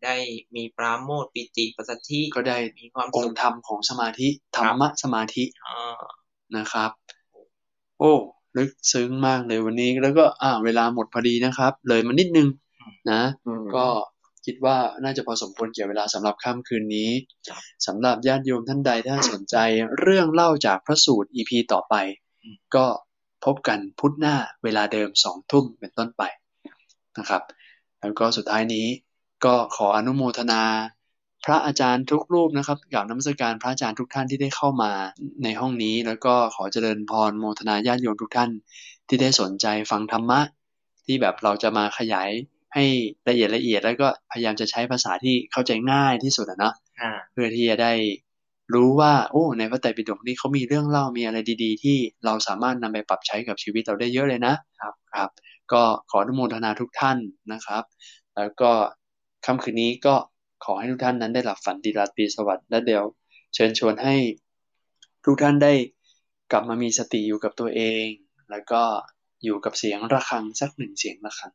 ได้มีปราโมทย์ปิติปัสสัทธิ ก็ได้ มีความ อง สุข ค์ธรรมของสมาธิธรรมะสมาธิ อ่า นะครับ โอ้ลึกซึ้งมากเลยวันนี้แล้วก็อ่าเวลาหมดพอดีนะครับ เลยมานิดนึงนะ ก็คิดว่าน่าจะพอสมควรเกี่ยวเวลาสำหรับค่ำคืนนี้สำหรับญาติโยมท่านใดถ้าสนใจเรื่องเล่าจากพระสูตร EP ต่อไป ก็พบกันพุธหน้าเวลาเดิมสองทุ่มเป็นต้นไปนะครับ แล้วก็สุดท้ายนี้ก็ขออนุโมทนา พระอาจารย์ทุกรูปนะครับกราบน้ำมสการพระอาจารย์ทุกท่านที่ได้เข้ามาในห้องนี้ แล้วก็ขอเจริญพรโมทนาญาติโยมทุกท่าน ที่ได้สนใจฟังธรรมะ ที่แบบเราจะมาขยายให้ละเอียดละเอียด แล้วก็พยายามจะใช้ภาษาที่เข้าใจง่ายที่สุดอะเนาะ อ่า เพื่อที่จะได้รู้ว่าโอ้ในพระไตรปิฎกนี่เขามีเรื่องเล่ามีอะไรดี ๆ ที่เราสามารถนำไปปรับใช้กับชีวิตเราได้เยอะเลยนะครับครับ ก็ขออนุโมทนาทุกท่านนะครับ แล้วก็ค่ำคืนนี้ก็ขอให้ทุกท่านนั้นได้หลับฝันดีราตรีสวัสดิ์และเดี๋ยว เชิญชวนให้ทุกท่านได้กลับมามีสติอยู่กับตัวเอง แล้วก็อยู่กับเสียงระฆังสักหนึ่งเสียงระฆัง